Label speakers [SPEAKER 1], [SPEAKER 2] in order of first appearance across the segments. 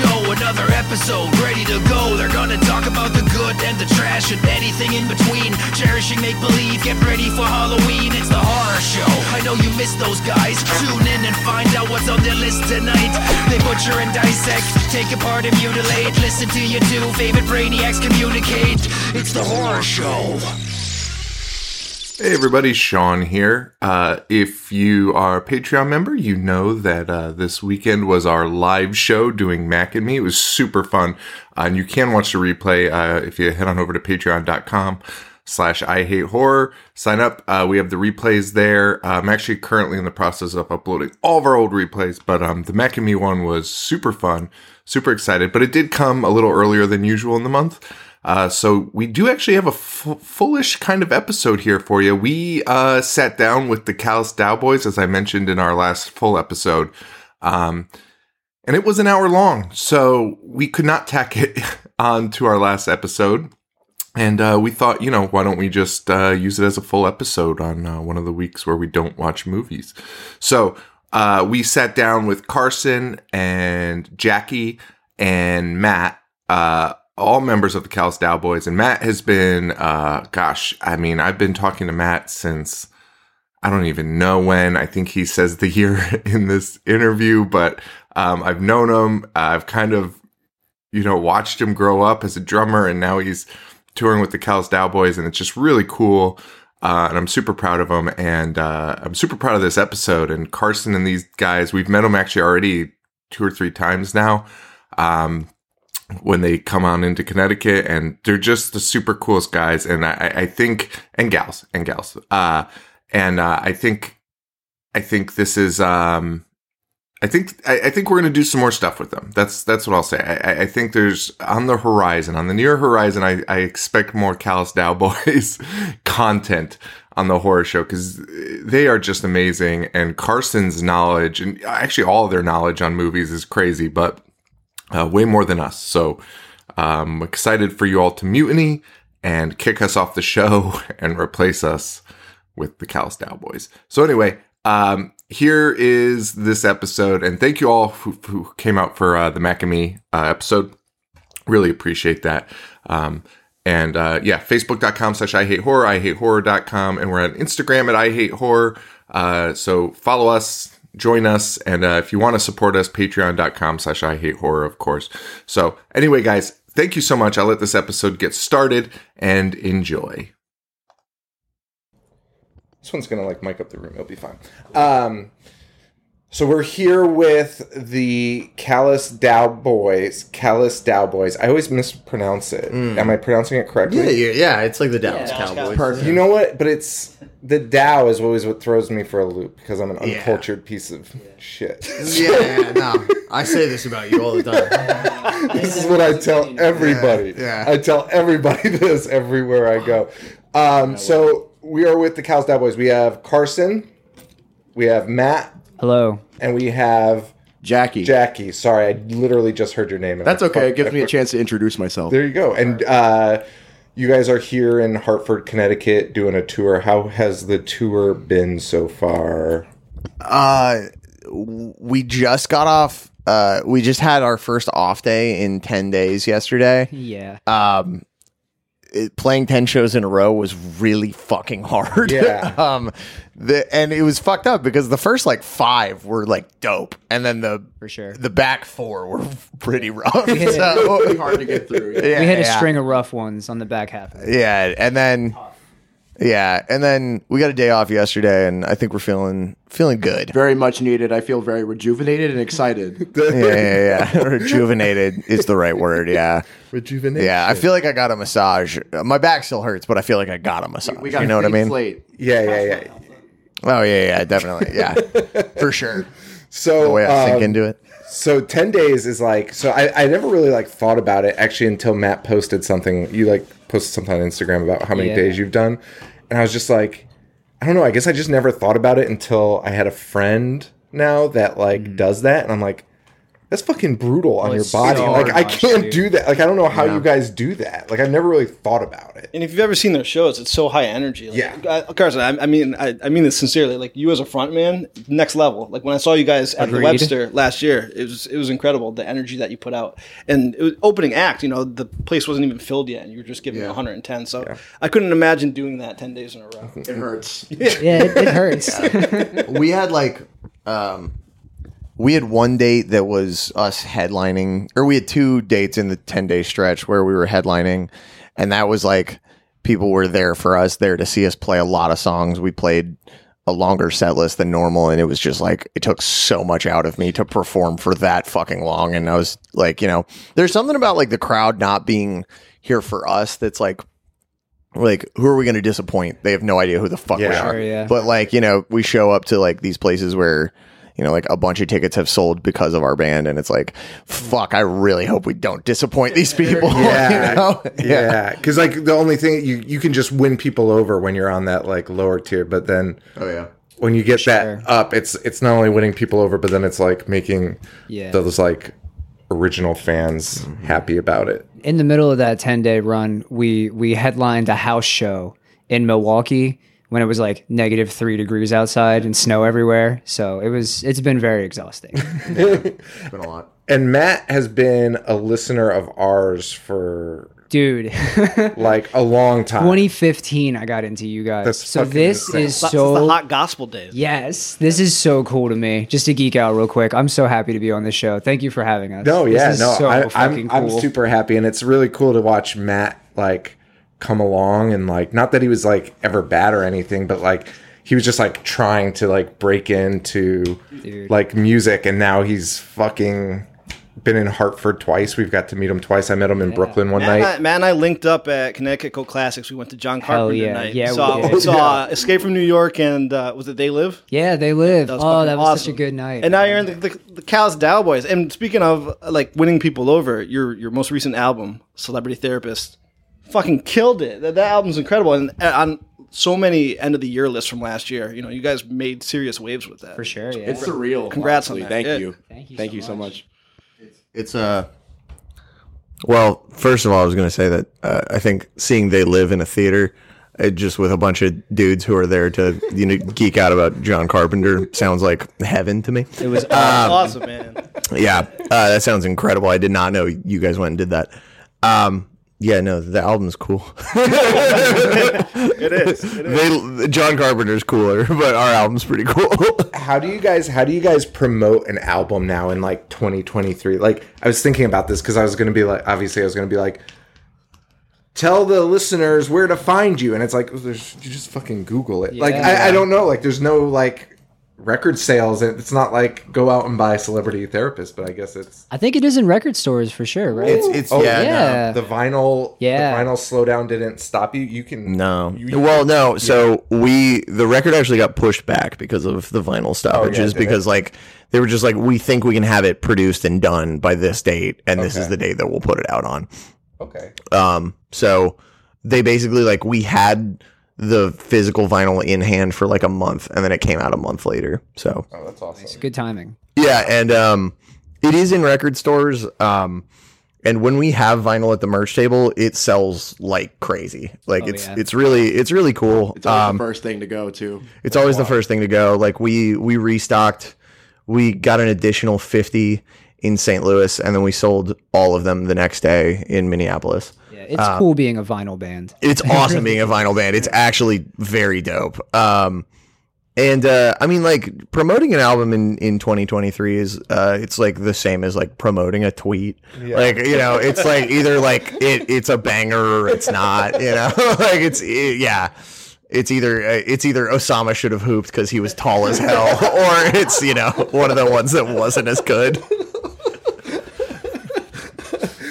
[SPEAKER 1] another episode ready to go. They're gonna talk about the good and the trash and anything in between. Cherishing make believe, get ready for Halloween. It's the horror show. I know you miss those guys. Tune in and find out what's on their list tonight. They butcher and dissect, take apart and mutilate. Listen to your two favorite brainiacs communicate. It's the horror show.
[SPEAKER 2] Hey everybody, Sean here. Uh, if you are a Patreon member, you know that uh, this weekend was our live show doing Mac and Me. It was super fun, uh, and you can watch the replay uh, if you head on over to patreon.com slash I hate horror. Sign up. Uh, we have the replays there. Uh, I'm actually currently in the process of uploading all of our old replays, but um, the Mac and Me one was super fun, super excited, but it did come a little earlier than usual in the month. Uh, so we do actually have a f- fullish kind of episode here for you. We uh, sat down with the Callous Dow Boys, as I mentioned in our last full episode. Um, and it was an hour long, so we could not tack it on to our last episode. And uh, we thought, you know, why don't we just uh, use it as a full episode on uh, one of the weeks where we don't watch movies? So uh, we sat down with Carson and Jackie and Matt, uh, all members of the Cal Dow Boys. And Matt has been, uh, gosh, I mean, I've been talking to Matt since I don't even know when. I think he says the year in this interview, but um, I've known him. I've kind of you know, watched him grow up as a drummer and now he's touring with the Cal's Dow Boys and it's just really cool. Uh, and I'm super proud of him. And uh, I'm super proud of this episode. And Carson and these guys, we've met them actually already two or three times now um, when they come on into Connecticut. And they're just the super coolest guys. And I, I- I think, and gals, and gals. Uh, and uh, I think, I think this is, um, I think I, I think we're going to do some more stuff with them. That's that's what I'll say. I, I- I think there's on the horizon, on the near horizon, I, I expect more Callous Dow Boys content on the horror show because they are just amazing. And Carson's knowledge, and actually all of their knowledge on movies, is crazy, but uh, way more than us. So um, excited for you all to mutiny and kick us off the show and replace us with the Cal Dow Boys. So anyway, um, here is this episode, and thank you all who, who came out for uh, the Mac and Me uh, episode. Really appreciate that. Um, and uh, yeah, facebook.com slash I hate horror, I hate horror.com, and we're on Instagram at I hate horror. Uh, so follow us, join us, and uh, if you want to support us, patreon.com slash I hate horror, of course. So anyway, guys, thank you so much. I'll let this episode get started and enjoy. This one's gonna like mic up the room. It'll be fine. Um, so we're here with the Callous Dow Boys. Callous Dow Boys. I always mispronounce it. Am I pronouncing it correctly?
[SPEAKER 3] Hmm. Yeah, yeah, yeah, it's like the Dallas
[SPEAKER 4] Yeah, Dallas
[SPEAKER 3] Cowboys.
[SPEAKER 4] Cowboys.
[SPEAKER 2] You know what? But it's the Dow is always what throws me for a loop because I'm an uncultured piece of shit.
[SPEAKER 3] Yeah, no, I say this about you all the time.
[SPEAKER 2] this is what I tell everybody.
[SPEAKER 3] Yeah, yeah.
[SPEAKER 2] I tell everybody this everywhere I go. Um, so we are with the Callous Dow Boys. We have Carson, we have Matt,
[SPEAKER 4] Hello.
[SPEAKER 2] and we have
[SPEAKER 5] Jackie.
[SPEAKER 2] Jackie, sorry, I literally just heard your name. and
[SPEAKER 5] That's
[SPEAKER 2] I
[SPEAKER 5] okay.
[SPEAKER 2] fucked-
[SPEAKER 5] It gives
[SPEAKER 2] I
[SPEAKER 5] me a
[SPEAKER 2] fucked-
[SPEAKER 5] chance to introduce myself.
[SPEAKER 2] There you go. And uh, you guys are here in Hartford, Connecticut, doing a tour. How has the tour been so far?
[SPEAKER 3] Uh,
[SPEAKER 6] we just got off uh we just had our first off day in 10 days yesterday
[SPEAKER 4] Yeah.
[SPEAKER 2] Uh,
[SPEAKER 6] um it, playing 10 shows in a row was really fucking hard
[SPEAKER 2] Yeah.
[SPEAKER 6] um the and it was fucked up because the first like five were like dope and then the
[SPEAKER 4] For sure.
[SPEAKER 6] the back four were pretty rough so
[SPEAKER 5] hard to get through.
[SPEAKER 6] yeah,
[SPEAKER 4] we had a
[SPEAKER 6] yeah.
[SPEAKER 4] string of rough ones on the back half. Of it.
[SPEAKER 6] yeah and then yeah and then we got a day off yesterday and i think we're feeling feeling good
[SPEAKER 5] Very much needed. I feel very rejuvenated and excited.
[SPEAKER 6] yeah, yeah, yeah. Rejuvenated is the right word. Yeah.
[SPEAKER 5] Rejuvenated.
[SPEAKER 6] Yeah. I feel like I got a massage. My back still hurts, but I feel like I got a massage.
[SPEAKER 5] We got
[SPEAKER 6] you know what I mean?
[SPEAKER 5] Slate.
[SPEAKER 2] Yeah, yeah, yeah.
[SPEAKER 6] Oh, yeah, yeah, definitely. Yeah. For sure. The
[SPEAKER 2] So,
[SPEAKER 6] way I
[SPEAKER 2] um,
[SPEAKER 6] sink into it.
[SPEAKER 2] so ten days is like. So I, I never really like thought about it actually until Matt posted something. You like posted something on Instagram about how many
[SPEAKER 4] Yeah.
[SPEAKER 2] days you've done, and I was just like, I don't know. I guess I just never thought about it until I had a friend now that like does that, and I'm like, that's fucking brutal on
[SPEAKER 4] Mm. Well,
[SPEAKER 2] your
[SPEAKER 4] it's
[SPEAKER 2] body.
[SPEAKER 4] so
[SPEAKER 2] like I
[SPEAKER 4] much,
[SPEAKER 2] can't
[SPEAKER 4] dude.
[SPEAKER 2] do that. Like I don't know how you guys do that. Like I've never really thought about it.
[SPEAKER 7] And if you've ever seen their shows, it's so high energy. Like,
[SPEAKER 2] Yeah.
[SPEAKER 7] I, Carson, I, I mean, I, I mean this sincerely. Like you as a front man, next level. Like when I saw you guys at the
[SPEAKER 4] Agreed.
[SPEAKER 7] Webster last year, it was it was incredible the energy that you put out. And it was opening act, you know, the place wasn't even filled yet, and you were just giving it 110. So I couldn't imagine doing that 10 days in a row.
[SPEAKER 5] It hurts.
[SPEAKER 4] Yeah, it, it hurts.
[SPEAKER 6] we had like
[SPEAKER 8] um, We had one date that was us headlining, or we had two dates in the 10 day stretch where we were headlining. And that was like people were there for us, there to see us play a lot of songs. We played a longer set list than normal. And it was just like, it took so much out of me to perform for that fucking long. And I was like, you know, there's something about like the crowd not being here for us that's like, like who are we going to disappoint? They have no idea who the fuck we
[SPEAKER 2] Yeah.
[SPEAKER 8] are.
[SPEAKER 4] Sure, yeah.
[SPEAKER 8] But like, you know, we show up to like these places where, you know, like a bunch of tickets have sold because of our band and it's like, fuck, I really hope we don't disappoint these people. you know?
[SPEAKER 2] yeah. Because like the only thing you you can just win people over when you're on that like lower tier, but then
[SPEAKER 5] Oh yeah.
[SPEAKER 2] when you get that up, it's it's not only winning people over, but then it's like making
[SPEAKER 4] Yeah.
[SPEAKER 2] those like original fans happy about it.
[SPEAKER 4] in the middle of that 10 day run, we we headlined a house show in Milwaukee when it was like negative three degrees outside and snow everywhere. So it was it's been very exhausting.
[SPEAKER 5] It's been a lot.
[SPEAKER 2] And Matt has been a listener of ours for
[SPEAKER 4] Dude,
[SPEAKER 2] like a long time.
[SPEAKER 4] 2015 I got into you guys.
[SPEAKER 2] That's
[SPEAKER 4] so
[SPEAKER 2] fucking
[SPEAKER 4] this
[SPEAKER 2] insane.
[SPEAKER 4] is
[SPEAKER 7] That's the
[SPEAKER 4] so
[SPEAKER 7] hot gospel days.
[SPEAKER 4] Yes, this is so cool to me. Just to geek out real quick, I'm so happy to be on this show. Thank you for having us.
[SPEAKER 2] No,
[SPEAKER 4] This
[SPEAKER 2] yeah,
[SPEAKER 4] is
[SPEAKER 2] no,
[SPEAKER 4] so
[SPEAKER 2] I,
[SPEAKER 4] fucking
[SPEAKER 2] I'm I'm
[SPEAKER 4] cool.
[SPEAKER 2] super happy, and it's really cool to watch Matt like come along and like not that he was like ever bad or anything, but like he was just like trying to like break into like music, and now he's fucking been in Hartford twice. We've got to meet him twice. I met him in Brooklyn one
[SPEAKER 7] Matt, and I,
[SPEAKER 2] night.
[SPEAKER 7] Matt and I linked up at Connecticut Co Classics. We went to John Carpenter
[SPEAKER 4] yeah.
[SPEAKER 7] night.
[SPEAKER 4] Yeah, we
[SPEAKER 7] saw,
[SPEAKER 4] did.
[SPEAKER 7] saw Escape from New York and uh, was it They Live?
[SPEAKER 4] Yeah, they live.
[SPEAKER 7] That was
[SPEAKER 4] oh,
[SPEAKER 7] fucking
[SPEAKER 4] that was such
[SPEAKER 7] awesome.
[SPEAKER 4] a good night.
[SPEAKER 7] And now you're in the, the, the Cows Dow Boys. And speaking of uh, like winning people over, your your most recent album, Celebrity Therapist, fucking killed it. That, that album's incredible. And uh, on so many end of the year lists from last year, you know, you guys made serious waves with that.
[SPEAKER 4] for sure, yeah.
[SPEAKER 5] It's surreal.
[SPEAKER 7] Congrats on
[SPEAKER 5] honestly.
[SPEAKER 7] that.
[SPEAKER 5] Thank
[SPEAKER 7] Yeah.
[SPEAKER 5] you.
[SPEAKER 4] Thank you
[SPEAKER 5] Thank
[SPEAKER 4] so
[SPEAKER 5] you so
[SPEAKER 4] much.
[SPEAKER 5] much.
[SPEAKER 6] it's Uh, well, first of all, I was going to say that uh, I think seeing they live in a theater, uh, just with a bunch of dudes who are there to you know geek out about John Carpenter, sounds like heaven to me.
[SPEAKER 4] It was
[SPEAKER 5] Um,
[SPEAKER 7] awesome, man.
[SPEAKER 6] Yeah, uh, that sounds incredible. I did not know you guys went and did that. Um, yeah, no, the album's cool.
[SPEAKER 7] It is. It is.
[SPEAKER 6] they, John Carpenter's cooler, but our album's pretty cool.
[SPEAKER 2] How do you guys how do you guys promote an album now in like 2023? Like I was thinking about this because I was gonna be like obviously I was gonna be like tell the listeners where to find you and it's like there's you just fucking google it like I, I don't know like there's no like record sales and it's not like go out and buy celebrity therapist but i guess it's
[SPEAKER 4] I think it is in record stores for sure, right?
[SPEAKER 6] it's it's
[SPEAKER 2] Oh,
[SPEAKER 6] yeah,
[SPEAKER 4] yeah.
[SPEAKER 6] no.
[SPEAKER 2] the vinyl
[SPEAKER 4] Yeah.
[SPEAKER 2] the vinyl slowdown didn't stop you you can
[SPEAKER 6] No. Well, no. So we the record actually got pushed back because of the vinyl stoppages
[SPEAKER 2] did Oh, it?
[SPEAKER 6] because like they were just like we think we can have it produced and done by this date and this is the date that we'll put it out on.
[SPEAKER 2] okay
[SPEAKER 6] Um so they basically like we had the physical vinyl in hand for like a month and then it came out a month later. So
[SPEAKER 2] oh that's awesome
[SPEAKER 4] good timing.
[SPEAKER 6] yeah, and um, it is in record stores. Um, and when we have vinyl at the merch table, it sells like crazy. Like it's
[SPEAKER 4] yeah.
[SPEAKER 6] it's really it's really cool.
[SPEAKER 5] Oh, It's always
[SPEAKER 6] Um,
[SPEAKER 5] the first thing to go to.
[SPEAKER 6] it's always the first thing to go. Like we we restocked, we got an additional fifty in St. Louis, and then we sold all of them the next day in Minneapolis.
[SPEAKER 4] Yeah, it's cool being a vinyl band.
[SPEAKER 6] It's awesome being a vinyl band. It's actually very dope. Um, and uh, I mean, like promoting an album in in 2023 is uh, it's like the same as like promoting a tweet. Like you know, it's like either like it it's a banger or it's not. You know, like it's it, yeah. It's either uh, it's either Osama should have hooped because he was tall as hell, or it's you know one of the ones that wasn't as good.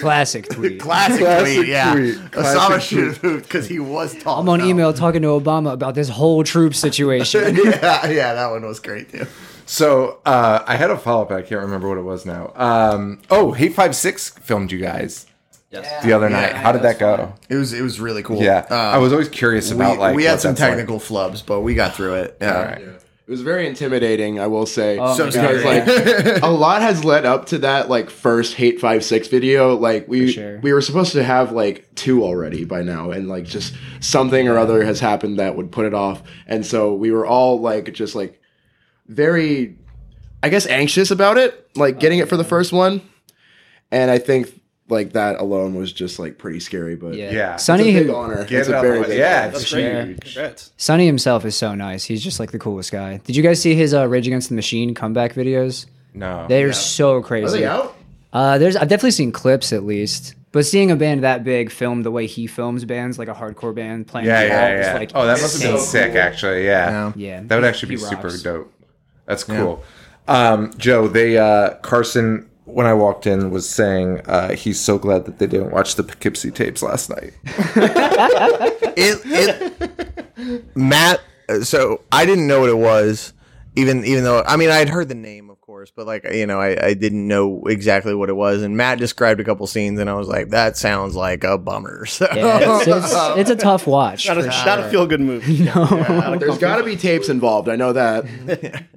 [SPEAKER 4] Classic tweet.
[SPEAKER 6] Classic, tweet, yeah.
[SPEAKER 2] tweet.
[SPEAKER 6] Osama should have hooped because he was tall.
[SPEAKER 4] I'm on
[SPEAKER 6] as hell.
[SPEAKER 4] email talking to Obama about this whole troop situation.
[SPEAKER 6] yeah, yeah, that one was great too.
[SPEAKER 2] So uh, I had a follow up. I can't remember what it was now. Um, oh, Hate Five Six filmed you guys the other night. How did that go?
[SPEAKER 6] It was it was really cool.
[SPEAKER 2] Yeah, I was always curious about
[SPEAKER 6] um, we,
[SPEAKER 2] like
[SPEAKER 6] we
[SPEAKER 2] what
[SPEAKER 6] had some
[SPEAKER 2] that's like.
[SPEAKER 6] technical flubs, but we got through it. Yeah.
[SPEAKER 2] All right.
[SPEAKER 5] It was very intimidating, I will say.
[SPEAKER 4] So my
[SPEAKER 5] because
[SPEAKER 4] God,
[SPEAKER 5] like a lot has led up to that like first Hate Five Six video. Like we
[SPEAKER 4] For sure.
[SPEAKER 5] we were supposed to have like two already by now, and like just something or other has happened that would put it off. And so we were all like just like very I guess anxious about it, like getting it for
[SPEAKER 4] Uh-huh.
[SPEAKER 5] the first one. And I think like that alone was just like pretty scary, but
[SPEAKER 4] Yeah.
[SPEAKER 2] Yeah.
[SPEAKER 5] It's a
[SPEAKER 4] Sonny,
[SPEAKER 5] big honor.
[SPEAKER 2] Get
[SPEAKER 5] it's
[SPEAKER 2] it
[SPEAKER 5] a
[SPEAKER 2] out
[SPEAKER 5] very
[SPEAKER 2] the way.
[SPEAKER 5] big
[SPEAKER 2] Yeah,
[SPEAKER 5] honor.
[SPEAKER 2] it's
[SPEAKER 7] That's great. Congrats.
[SPEAKER 4] Sonny himself is so nice. He's just like the coolest guy. Did you guys see his uh, Rage Against the Machine comeback videos?
[SPEAKER 2] No.
[SPEAKER 4] They are so crazy.
[SPEAKER 5] Are they out?
[SPEAKER 4] Uh, there's I've definitely seen clips at least, but seeing a band that big filmed the way he films bands, like a hardcore band playing,
[SPEAKER 2] yeah,
[SPEAKER 4] the wall,
[SPEAKER 2] yeah,
[SPEAKER 4] is,
[SPEAKER 2] yeah.
[SPEAKER 4] like,
[SPEAKER 2] oh, that must have been
[SPEAKER 4] insane.
[SPEAKER 2] sick, actually. Yeah.
[SPEAKER 4] Yeah.
[SPEAKER 2] That would actually be
[SPEAKER 4] He
[SPEAKER 2] super
[SPEAKER 4] rocks.
[SPEAKER 2] dope. That's cool. Um, Joe, they, uh, Carson, when I walked in, was saying uh, he's so glad that they didn't watch the Poughkeepsie tapes last night.
[SPEAKER 3] it, it Matt. uh, So I didn't know what it was, even even though I mean I had heard the name, of course, but like you know I, I didn't know exactly what it was. And Matt described a couple scenes, and I was like, that sounds like a bummer. So
[SPEAKER 4] Yeah, it's, it's- it's a tough watch.
[SPEAKER 7] Not a,
[SPEAKER 4] for
[SPEAKER 7] not a
[SPEAKER 4] sure.
[SPEAKER 7] feel good move.
[SPEAKER 5] There's got to be tapes involved. I know that.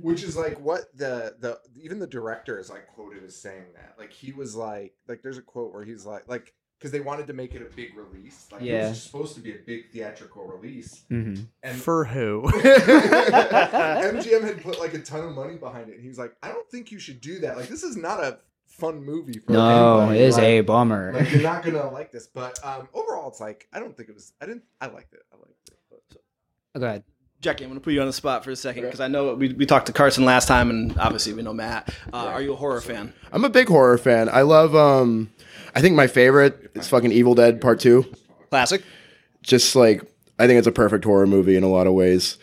[SPEAKER 2] Which is like what the the even the director is like quoted as saying that. Like he was like like there's a quote where he's like like because they wanted to make it a big release. Like it
[SPEAKER 4] Yeah.
[SPEAKER 2] was supposed to be a big theatrical release.
[SPEAKER 4] Mhm.
[SPEAKER 2] And
[SPEAKER 3] for who?
[SPEAKER 2] MGM had put like a ton of money behind it. And he was like, I don't think you should do that. Like this is not a fun movie for
[SPEAKER 4] No, it
[SPEAKER 2] anybody.
[SPEAKER 4] is
[SPEAKER 2] like,
[SPEAKER 4] a bummer.
[SPEAKER 2] like you're not gonna like this. But um overall it's like I don't think it was I didn't I liked it. I liked it. But
[SPEAKER 4] Go ahead.
[SPEAKER 7] Jackie, I'm going to put you on the spot for a second because I know we, we talked to Carson last time, and obviously we know Matt. Uh, Are you a horror fan?
[SPEAKER 5] I'm a big horror fan. I love um I think my favorite is fucking Evil Dead Part 2.
[SPEAKER 7] Classic.
[SPEAKER 5] Just like I think it's a perfect horror movie in a lot of ways.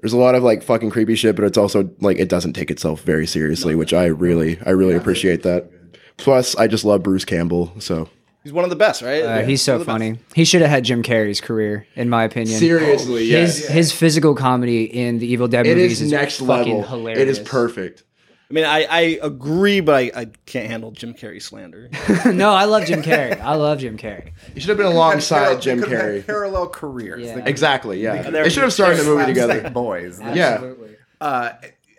[SPEAKER 5] There's a lot of like fucking creepy shit, but it's also like it doesn't take itself very seriously, which I really I really appreciate that. Plus, I just love Bruce Campbell, so
[SPEAKER 7] He's one of the best, right?
[SPEAKER 4] Uh, he's
[SPEAKER 7] One
[SPEAKER 4] so
[SPEAKER 7] of the best.
[SPEAKER 4] funny. He should have had Jim Carrey's career, in my opinion.
[SPEAKER 5] seriously,
[SPEAKER 4] Oh, His his physical comedy in the Evil Dead
[SPEAKER 5] It
[SPEAKER 4] movies
[SPEAKER 5] is
[SPEAKER 4] is
[SPEAKER 5] next
[SPEAKER 4] fucking
[SPEAKER 5] level.
[SPEAKER 4] hilarious.
[SPEAKER 5] It is perfect.
[SPEAKER 7] I mean, I, I agree, but I, I can't handle Jim Carrey slander.
[SPEAKER 4] no, I love Jim Carrey. I love Jim Carrey.
[SPEAKER 5] You should have been alongside
[SPEAKER 2] Parallel-
[SPEAKER 5] Jim
[SPEAKER 2] they could've had
[SPEAKER 5] Carrey.
[SPEAKER 2] Parallel careers.
[SPEAKER 4] Yeah.
[SPEAKER 2] They
[SPEAKER 5] Exactly, yeah.
[SPEAKER 7] They're-
[SPEAKER 5] They should have started the movie together.
[SPEAKER 6] boys.
[SPEAKER 5] Yeah.
[SPEAKER 2] uh,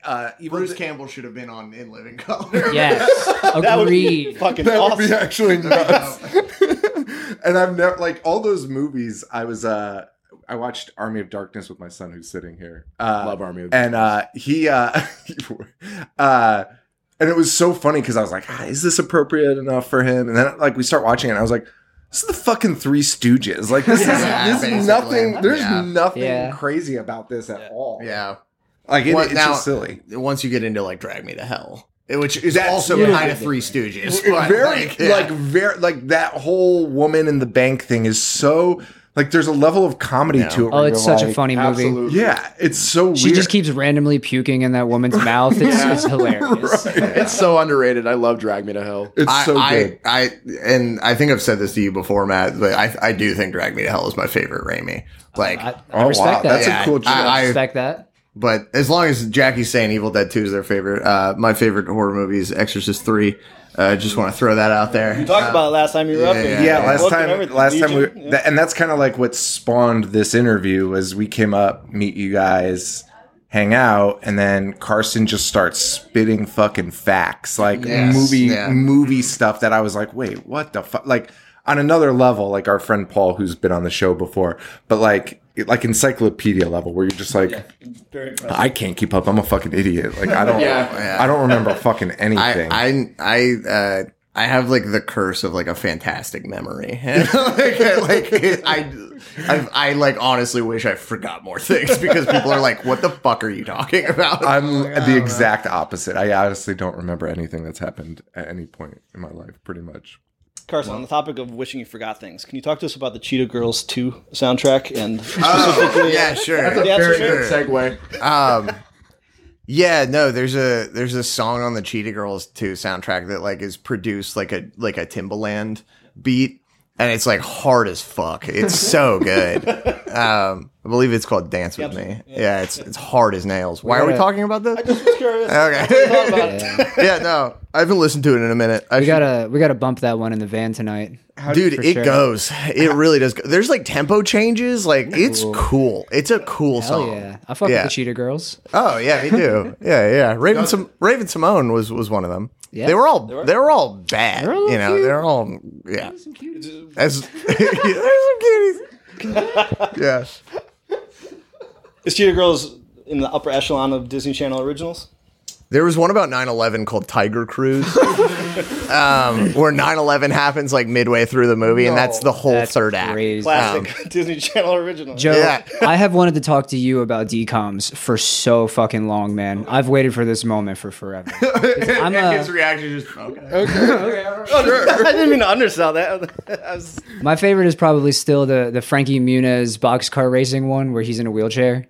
[SPEAKER 2] uh, Evil
[SPEAKER 6] Bruce
[SPEAKER 2] Dead-
[SPEAKER 6] Campbell should have been on In Living Color.
[SPEAKER 4] Yes, agreed.
[SPEAKER 7] Fucking
[SPEAKER 2] that
[SPEAKER 7] awesome.
[SPEAKER 2] would be actually nuts. and I've never like all those movies. I was uh, I watched Army of Darkness with my son who's sitting here. Uh,
[SPEAKER 5] Love Army of
[SPEAKER 2] and uh, he uh, uh, and it was so funny because I was like, ah, is this appropriate enough for him? And then like we start watching it, and I was like. This is the fucking Three Stooges. Like this
[SPEAKER 6] Yeah,
[SPEAKER 2] is this
[SPEAKER 6] basically.
[SPEAKER 2] is nothing. There's
[SPEAKER 6] Yeah.
[SPEAKER 2] nothing
[SPEAKER 4] Yeah.
[SPEAKER 2] crazy about this at all.
[SPEAKER 6] yeah.
[SPEAKER 2] like it,
[SPEAKER 6] Well,
[SPEAKER 2] it's
[SPEAKER 6] now-
[SPEAKER 2] just silly.
[SPEAKER 6] Once you get into like Drag Me to Hell, which is
[SPEAKER 2] That's a
[SPEAKER 6] also
[SPEAKER 2] little
[SPEAKER 6] kind
[SPEAKER 4] bit
[SPEAKER 6] of Three Stooges.
[SPEAKER 2] It
[SPEAKER 6] but,
[SPEAKER 2] very like,
[SPEAKER 6] yeah.
[SPEAKER 2] very like that whole woman in the bank thing is so like there's a level of comedy to it.
[SPEAKER 4] Oh,
[SPEAKER 2] where
[SPEAKER 4] it's
[SPEAKER 2] you're
[SPEAKER 4] such a
[SPEAKER 2] like-
[SPEAKER 4] funny movie.
[SPEAKER 5] Absolutely.
[SPEAKER 2] Yeah, it's so
[SPEAKER 4] She
[SPEAKER 2] weird.
[SPEAKER 4] just keeps randomly puking in that woman's mouth. It's, it's hilarious.
[SPEAKER 5] It's so underrated. I love Drag Me to Hell.
[SPEAKER 2] it's
[SPEAKER 6] I,
[SPEAKER 2] so
[SPEAKER 6] I,
[SPEAKER 2] good.
[SPEAKER 6] I, and I think I've said this to you before, Matt, but I, I do think Drag Me to Hell is my favorite Raimi. Like,
[SPEAKER 4] I, I
[SPEAKER 2] Oh,
[SPEAKER 4] respect
[SPEAKER 2] wow,
[SPEAKER 4] that.
[SPEAKER 2] that's
[SPEAKER 6] Yeah,
[SPEAKER 2] a cool.
[SPEAKER 6] I-
[SPEAKER 2] choice.
[SPEAKER 4] I respect that.
[SPEAKER 6] but as long as Jackie's saying Evil Dead 2 is their favorite, uh, my favorite horror movie is Exorcist 3. Uh, just want to throw that out there. Uh,
[SPEAKER 7] We talked about it last time you were up
[SPEAKER 6] yeah,
[SPEAKER 7] here.
[SPEAKER 6] yeah.
[SPEAKER 2] yeah, last
[SPEAKER 7] Book and
[SPEAKER 2] time,
[SPEAKER 7] everything.
[SPEAKER 2] last time we,
[SPEAKER 7] Legion, yeah.
[SPEAKER 2] that, and that's kind of like what spawned this interview. As we came up, meet you guys, hang out, and then Carson just starts spitting fucking facts, like
[SPEAKER 6] Yes,
[SPEAKER 2] movie
[SPEAKER 6] yeah.
[SPEAKER 2] movie stuff that I was like, wait, what the fuck? Like on another level, like our friend Paul, who's been on the show before, but like it- like encyclopedia level, where you're just like, I can't keep up. I'm a fucking idiot. Like I don't,
[SPEAKER 6] Yeah.
[SPEAKER 2] I don't remember fucking
[SPEAKER 6] I,
[SPEAKER 2] anything.
[SPEAKER 6] I, I, uh, I have like the curse of like a fantastic memory. like, I, like it- I, I've, I like honestly wish I forgot more things because people are like, "What the fuck are you talking about?"
[SPEAKER 2] I'm the exact opposite. I honestly don't remember anything that's happened at any point in my life, pretty much.
[SPEAKER 7] Carson, on the topic of wishing you forgot things, can you talk to us about the Cheetah Girls 2 soundtrack? And
[SPEAKER 6] Oh, yeah, sure.
[SPEAKER 7] Yeah, that's
[SPEAKER 5] Very good segue.
[SPEAKER 6] um yeah no there's a there's a song on the cheetah girls 2 soundtrack that like is produced like a like a timbaland beat and it's like hard as fuck it's so good Um, I believe it's called Dance with Me. Yeah, it's it's hard as nails. Why are we
[SPEAKER 4] gotta-
[SPEAKER 6] talking about this?
[SPEAKER 7] Just curious.
[SPEAKER 6] okay.
[SPEAKER 7] Thought about it.
[SPEAKER 6] yeah, no, I haven't listened to it in a minute. I
[SPEAKER 4] We gotta we gotta bump that one in the van tonight.
[SPEAKER 6] dude,
[SPEAKER 4] for
[SPEAKER 6] it
[SPEAKER 4] sure.
[SPEAKER 6] goes. It really does. Go. There's like tempo changes. Like it's cool. It's a cool
[SPEAKER 4] Hell
[SPEAKER 6] song.
[SPEAKER 4] Oh, yeah! I fuck
[SPEAKER 6] Yeah.
[SPEAKER 4] with the Cheetah Girls.
[SPEAKER 6] Oh yeah, me too. yeah, yeah. Raven, Sim- Raven Simone was was one of them.
[SPEAKER 4] Yeah.
[SPEAKER 6] They were all they were, all bad.
[SPEAKER 4] They're all
[SPEAKER 6] you know,
[SPEAKER 4] cute.
[SPEAKER 6] they're all yeah. As there's some cuties. yeah.
[SPEAKER 7] Is Cheetah Girls in the upper echelon of Disney Channel originals?
[SPEAKER 6] There was one about 9/11 called Tiger Cruise, um, where 9/11 happens like midway through the movie, and that's the whole
[SPEAKER 4] That's
[SPEAKER 6] third act.
[SPEAKER 4] crazy.
[SPEAKER 7] Classic Disney Channel original.
[SPEAKER 4] Um, Joe,
[SPEAKER 6] Yeah.
[SPEAKER 4] I have wanted to talk to you about DComs for so fucking long, man. I've waited for this moment for forever. I'm
[SPEAKER 6] Um,
[SPEAKER 4] uh, a,
[SPEAKER 6] reaction is just okay.
[SPEAKER 7] Oh, I didn't mean to undersell that. I was,
[SPEAKER 4] my favorite is probably still the the Frankie Muniz boxcar racing one where he's in a wheelchair.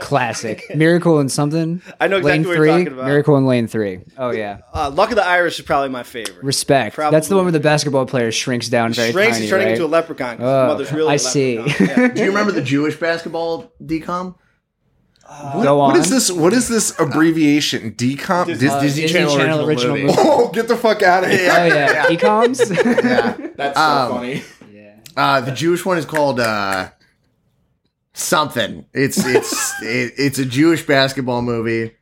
[SPEAKER 4] Classic. Miracle and something.
[SPEAKER 7] I know exactly
[SPEAKER 4] lane
[SPEAKER 7] what you're
[SPEAKER 4] three.
[SPEAKER 7] talking
[SPEAKER 4] Miracle
[SPEAKER 7] about.
[SPEAKER 4] in lane three. Oh yeah.
[SPEAKER 7] uh, Luck of the Irish is probably my favorite.
[SPEAKER 4] Respect.
[SPEAKER 7] Probably.
[SPEAKER 4] That's the one where the basketball player shrinks down very
[SPEAKER 7] Shrinks
[SPEAKER 4] tiny,
[SPEAKER 7] is turning
[SPEAKER 4] right?
[SPEAKER 7] into a leprechaun. 'cause his
[SPEAKER 4] Oh,
[SPEAKER 7] mother's really
[SPEAKER 4] I
[SPEAKER 7] a
[SPEAKER 4] see.
[SPEAKER 7] leprechaun. Yeah.
[SPEAKER 6] Do you remember the Jewish basketball decom?
[SPEAKER 4] Go on.
[SPEAKER 9] What is this? What is this abbreviation? Decom? Dis-
[SPEAKER 4] Uh,
[SPEAKER 6] Disney Channel original movie.
[SPEAKER 9] oh, get the fuck out of here!
[SPEAKER 4] Oh yeah, DComs.
[SPEAKER 5] That's so funny.
[SPEAKER 6] Um, Uh, the Jewish one is called uh, something. It's it's it, it's a Jewish basketball movie.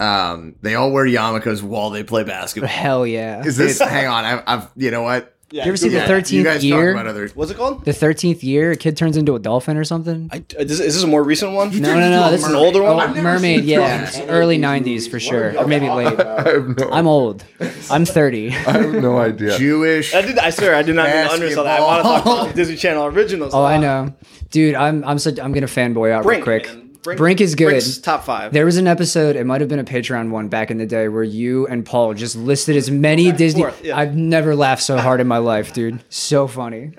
[SPEAKER 6] Um, they all wear yarmulkes while they play basketball.
[SPEAKER 4] Hell yeah.
[SPEAKER 9] Is this?
[SPEAKER 6] It's- hang on, I've, I've you know what?
[SPEAKER 7] Yeah.
[SPEAKER 4] you ever seen the
[SPEAKER 6] Yeah, you
[SPEAKER 4] thirteenth
[SPEAKER 6] guys talk
[SPEAKER 4] year?
[SPEAKER 6] about other-
[SPEAKER 7] What's it called?
[SPEAKER 4] the thirteenth year, a kid turns into a dolphin or something.
[SPEAKER 7] I, is, is this a more recent one?
[SPEAKER 4] No, no, no. This is
[SPEAKER 7] an older
[SPEAKER 4] oh,
[SPEAKER 7] one.
[SPEAKER 4] mermaid, yeah, early '90s for sure, or maybe late.
[SPEAKER 9] I have no.
[SPEAKER 4] I'm old. I'm 30.
[SPEAKER 9] I have no idea.
[SPEAKER 6] Jewish.
[SPEAKER 7] I, did, I swear, I did not mean to undersell that. I want to talk about the Disney Channel originals.
[SPEAKER 4] Oh, I know, dude. I'm I'm such I'm gonna fanboy out
[SPEAKER 7] Brink,
[SPEAKER 4] real quick.
[SPEAKER 7] man.
[SPEAKER 4] Brink, is good.
[SPEAKER 7] Brink's top five.
[SPEAKER 4] There was an episode, it might have been a Patreon one back in the day, where you and Paul just listed as many Disney.
[SPEAKER 7] forth, yeah.
[SPEAKER 4] I've never laughed so hard in my life, dude. So funny.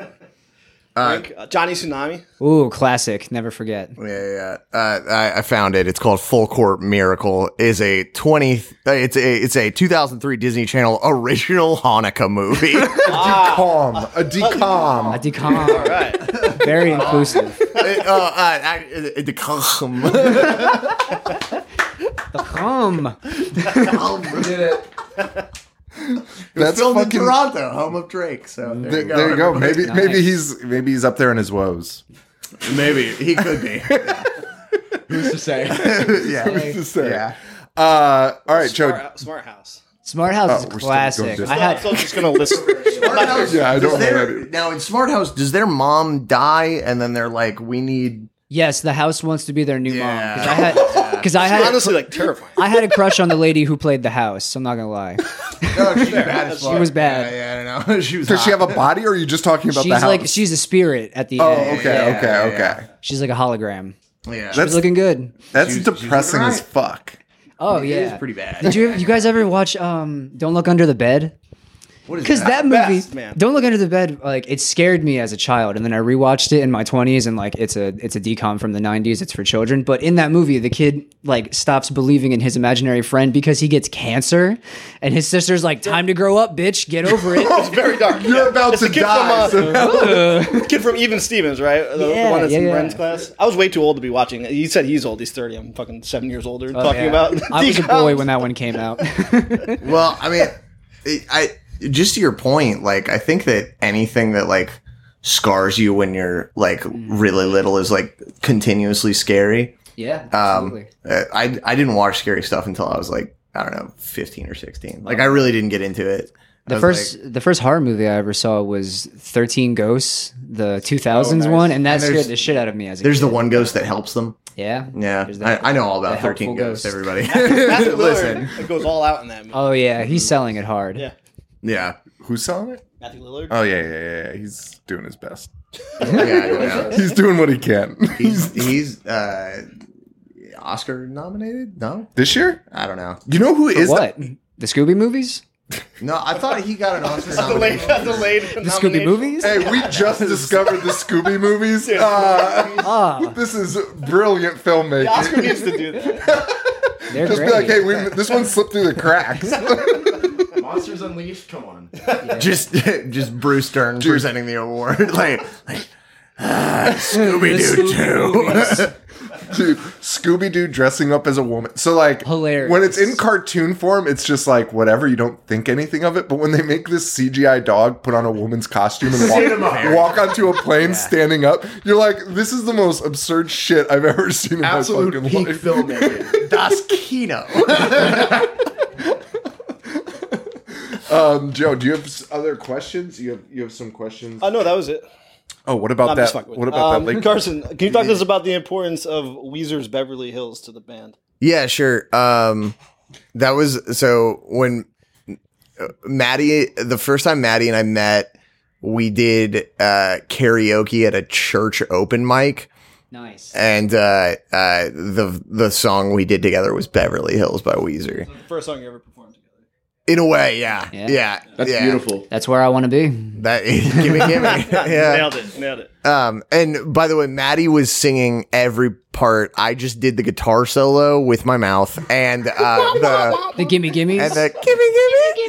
[SPEAKER 7] Brink, uh, Johnny Tsunami.
[SPEAKER 4] Ooh, classic. Never forget.
[SPEAKER 6] Yeah, yeah. yeah. Uh, I, I found it. It's called Full Court Miracle. is a twenty. uh, It's a it's a 2003 Disney Channel original Hanukkah movie. Uh,
[SPEAKER 9] Decom. A decom.
[SPEAKER 4] A decom.
[SPEAKER 7] Right.
[SPEAKER 4] Very inclusive.
[SPEAKER 6] Uh, uh, I- uh, the com-
[SPEAKER 4] Come.
[SPEAKER 9] That's
[SPEAKER 6] filmed in
[SPEAKER 9] fucking.
[SPEAKER 6] Toronto, home of Drake. So there,
[SPEAKER 9] There, there you go. Maybe maybe
[SPEAKER 4] Nice.
[SPEAKER 9] he's maybe he's up there in his woes.
[SPEAKER 6] Maybe he could be.
[SPEAKER 5] Who's to say?
[SPEAKER 6] yeah.
[SPEAKER 9] Yeah. Uh, all right,
[SPEAKER 7] Smart,
[SPEAKER 9] Joe.
[SPEAKER 7] Hou- Smart House.
[SPEAKER 4] Smart House
[SPEAKER 9] Oh,
[SPEAKER 4] is
[SPEAKER 9] we're still going
[SPEAKER 4] classic.
[SPEAKER 9] Disney.
[SPEAKER 4] I
[SPEAKER 7] I'm
[SPEAKER 4] had
[SPEAKER 7] still just gonna listen.
[SPEAKER 6] Smart House,
[SPEAKER 9] Yeah, I
[SPEAKER 6] does
[SPEAKER 9] don't know
[SPEAKER 6] their-
[SPEAKER 9] that either.
[SPEAKER 6] Now in Smart House, does their mom die and then they're like, we need?
[SPEAKER 4] yes, the house wants to be their new mom because I had
[SPEAKER 6] Yeah.
[SPEAKER 4] because I had
[SPEAKER 7] Honestly, like terrifying.
[SPEAKER 4] I had a crush on the lady who played the house. I'm not gonna lie.
[SPEAKER 6] Oh, she's bad as fuck.
[SPEAKER 4] was bad.
[SPEAKER 6] Yeah, yeah, I don't know. she was.
[SPEAKER 9] Does she
[SPEAKER 6] hot.
[SPEAKER 9] have a body, or are you just talking about
[SPEAKER 4] She's
[SPEAKER 9] the house?
[SPEAKER 4] like she's a spirit at the
[SPEAKER 9] oh,
[SPEAKER 4] end.
[SPEAKER 9] okay,
[SPEAKER 6] yeah,
[SPEAKER 9] okay,
[SPEAKER 6] yeah,
[SPEAKER 9] okay.
[SPEAKER 4] She's like a hologram.
[SPEAKER 6] Yeah.
[SPEAKER 4] She's looking good.
[SPEAKER 9] That's
[SPEAKER 6] She's- she's
[SPEAKER 9] depressing
[SPEAKER 6] looking
[SPEAKER 9] as fuck.
[SPEAKER 4] Oh
[SPEAKER 6] It
[SPEAKER 4] yeah,
[SPEAKER 6] is pretty bad.
[SPEAKER 4] Did you you guys ever watch um Don't Look Under the Bed?
[SPEAKER 6] What is
[SPEAKER 4] Because
[SPEAKER 6] that?
[SPEAKER 4] that movie,
[SPEAKER 7] best, man.
[SPEAKER 4] Don't Look Under the Bed, like it scared me as a child, and then I rewatched it in my twenties, and like it's a it's a decom from the nineties. It's for children, but in that movie, the kid like stops believing in his imaginary friend because he gets cancer, and his sister's like, "Time to grow up, bitch. Get over it."
[SPEAKER 7] It's very dark. You're
[SPEAKER 9] about to die,
[SPEAKER 7] uh,
[SPEAKER 4] uh,
[SPEAKER 7] kid from Even Stevens, right? The, the
[SPEAKER 4] Yeah,
[SPEAKER 7] one that's
[SPEAKER 4] yeah,
[SPEAKER 7] in
[SPEAKER 4] yeah.
[SPEAKER 7] Bren's class. I was way too old to be watching. it. You said he's old. He's thirty. I'm fucking seven years older. talking
[SPEAKER 4] Oh, Yeah.
[SPEAKER 7] about.
[SPEAKER 4] I was a
[SPEAKER 7] decoms.
[SPEAKER 4] boy when that one came out.
[SPEAKER 6] Well, I mean, it- I just to your point, like I think that anything that like scars you when you're like
[SPEAKER 4] Mm.
[SPEAKER 6] really little is like continuously scary.
[SPEAKER 4] yeah,
[SPEAKER 6] Um,
[SPEAKER 4] absolutely.
[SPEAKER 6] uh, I I didn't watch scary stuff until I was like I don't know, fifteen or sixteen. Like I really didn't get into it. I
[SPEAKER 4] The
[SPEAKER 6] was
[SPEAKER 4] first, the first horror movie I ever saw was Thirteen Ghosts, the 2000s
[SPEAKER 7] Oh,
[SPEAKER 4] one, and that scared the shit out of me as a
[SPEAKER 6] There's
[SPEAKER 4] kid.
[SPEAKER 6] the one ghost that helps them.
[SPEAKER 4] yeah,
[SPEAKER 6] Yeah,
[SPEAKER 4] There's that.
[SPEAKER 6] I, I know all
[SPEAKER 4] the
[SPEAKER 6] about
[SPEAKER 4] helpful
[SPEAKER 6] thirteen ghosts.
[SPEAKER 4] ghost.
[SPEAKER 6] Everybody,
[SPEAKER 7] Matthew Lillard.
[SPEAKER 6] listen.
[SPEAKER 7] It goes all out in that movie.
[SPEAKER 4] Oh yeah, he's selling it hard.
[SPEAKER 7] Yeah.
[SPEAKER 6] Yeah,
[SPEAKER 9] Who's selling it?
[SPEAKER 7] Matthew Lillard.
[SPEAKER 2] Uh,
[SPEAKER 9] Oh yeah, yeah, yeah, yeah. He's doing his best.
[SPEAKER 6] yeah, yeah.
[SPEAKER 9] He's doing what he can.
[SPEAKER 6] He's he's uh, Oscar nominated? No,
[SPEAKER 9] this year,
[SPEAKER 6] I don't know.
[SPEAKER 9] you know who is the-
[SPEAKER 4] What? The, Scooby movies?
[SPEAKER 6] No, I thought he got an Oscar
[SPEAKER 7] delayed.
[SPEAKER 6] nomination.
[SPEAKER 7] delayed.
[SPEAKER 4] The Scooby movies?
[SPEAKER 9] Hey, we just discovered the Scooby movies. Uh,
[SPEAKER 4] Ah,
[SPEAKER 9] this is brilliant filmmaking.
[SPEAKER 7] Oscar needs to do that.
[SPEAKER 4] they're
[SPEAKER 9] Just
[SPEAKER 4] great.
[SPEAKER 9] be like, hey, we, this one slipped through the cracks.
[SPEAKER 5] Monsters Unleashed. Come on.
[SPEAKER 6] just just Bruce Stern presenting the award. like, like
[SPEAKER 2] Dude, Scooby Doo dressing up as a woman. So like
[SPEAKER 4] Hilarious.
[SPEAKER 2] when it's in cartoon form, it's just like whatever. You don't think anything of it. But when they make this CGI dog put on a woman's costume and walk, walk onto a plane standing up, you're like, this is the most absurd shit I've ever seen in my
[SPEAKER 5] Absolute
[SPEAKER 2] fucking
[SPEAKER 5] peak
[SPEAKER 2] life.
[SPEAKER 5] filmmaking.
[SPEAKER 6] Das Kino.
[SPEAKER 2] Um, Joe, do you have s- other questions? You have you have some questions.
[SPEAKER 7] Oh no, that was it.
[SPEAKER 2] oh, what about
[SPEAKER 7] I'm
[SPEAKER 2] that?
[SPEAKER 7] just fucking with
[SPEAKER 2] What
[SPEAKER 7] you.
[SPEAKER 2] about
[SPEAKER 7] Um,
[SPEAKER 2] that? Lake-
[SPEAKER 7] Carson, can you talk to us about the importance of Weezer's Beverly Hills to the band?
[SPEAKER 6] Yeah, sure. Um, that was so when uh, Maddie, the first time Maddie and I met, we did uh, karaoke at a church open mic,
[SPEAKER 4] Nice.
[SPEAKER 6] and uh, uh, the the song we did together was "Beverly Hills" by Weezer.
[SPEAKER 7] The first song you ever performed together.
[SPEAKER 6] In a way, yeah,
[SPEAKER 4] Yeah.
[SPEAKER 6] yeah,
[SPEAKER 5] That's
[SPEAKER 6] yeah.
[SPEAKER 5] beautiful.
[SPEAKER 4] That's where I want to be.
[SPEAKER 6] That gimme, gimme, yeah.
[SPEAKER 7] Nailed it. Nailed it.
[SPEAKER 2] Uh,
[SPEAKER 6] Um, and by the way, Maddie was singing every part. I just did the guitar solo with my mouth and uh, the
[SPEAKER 4] The gimme gimmes.
[SPEAKER 6] and the gimme gimme.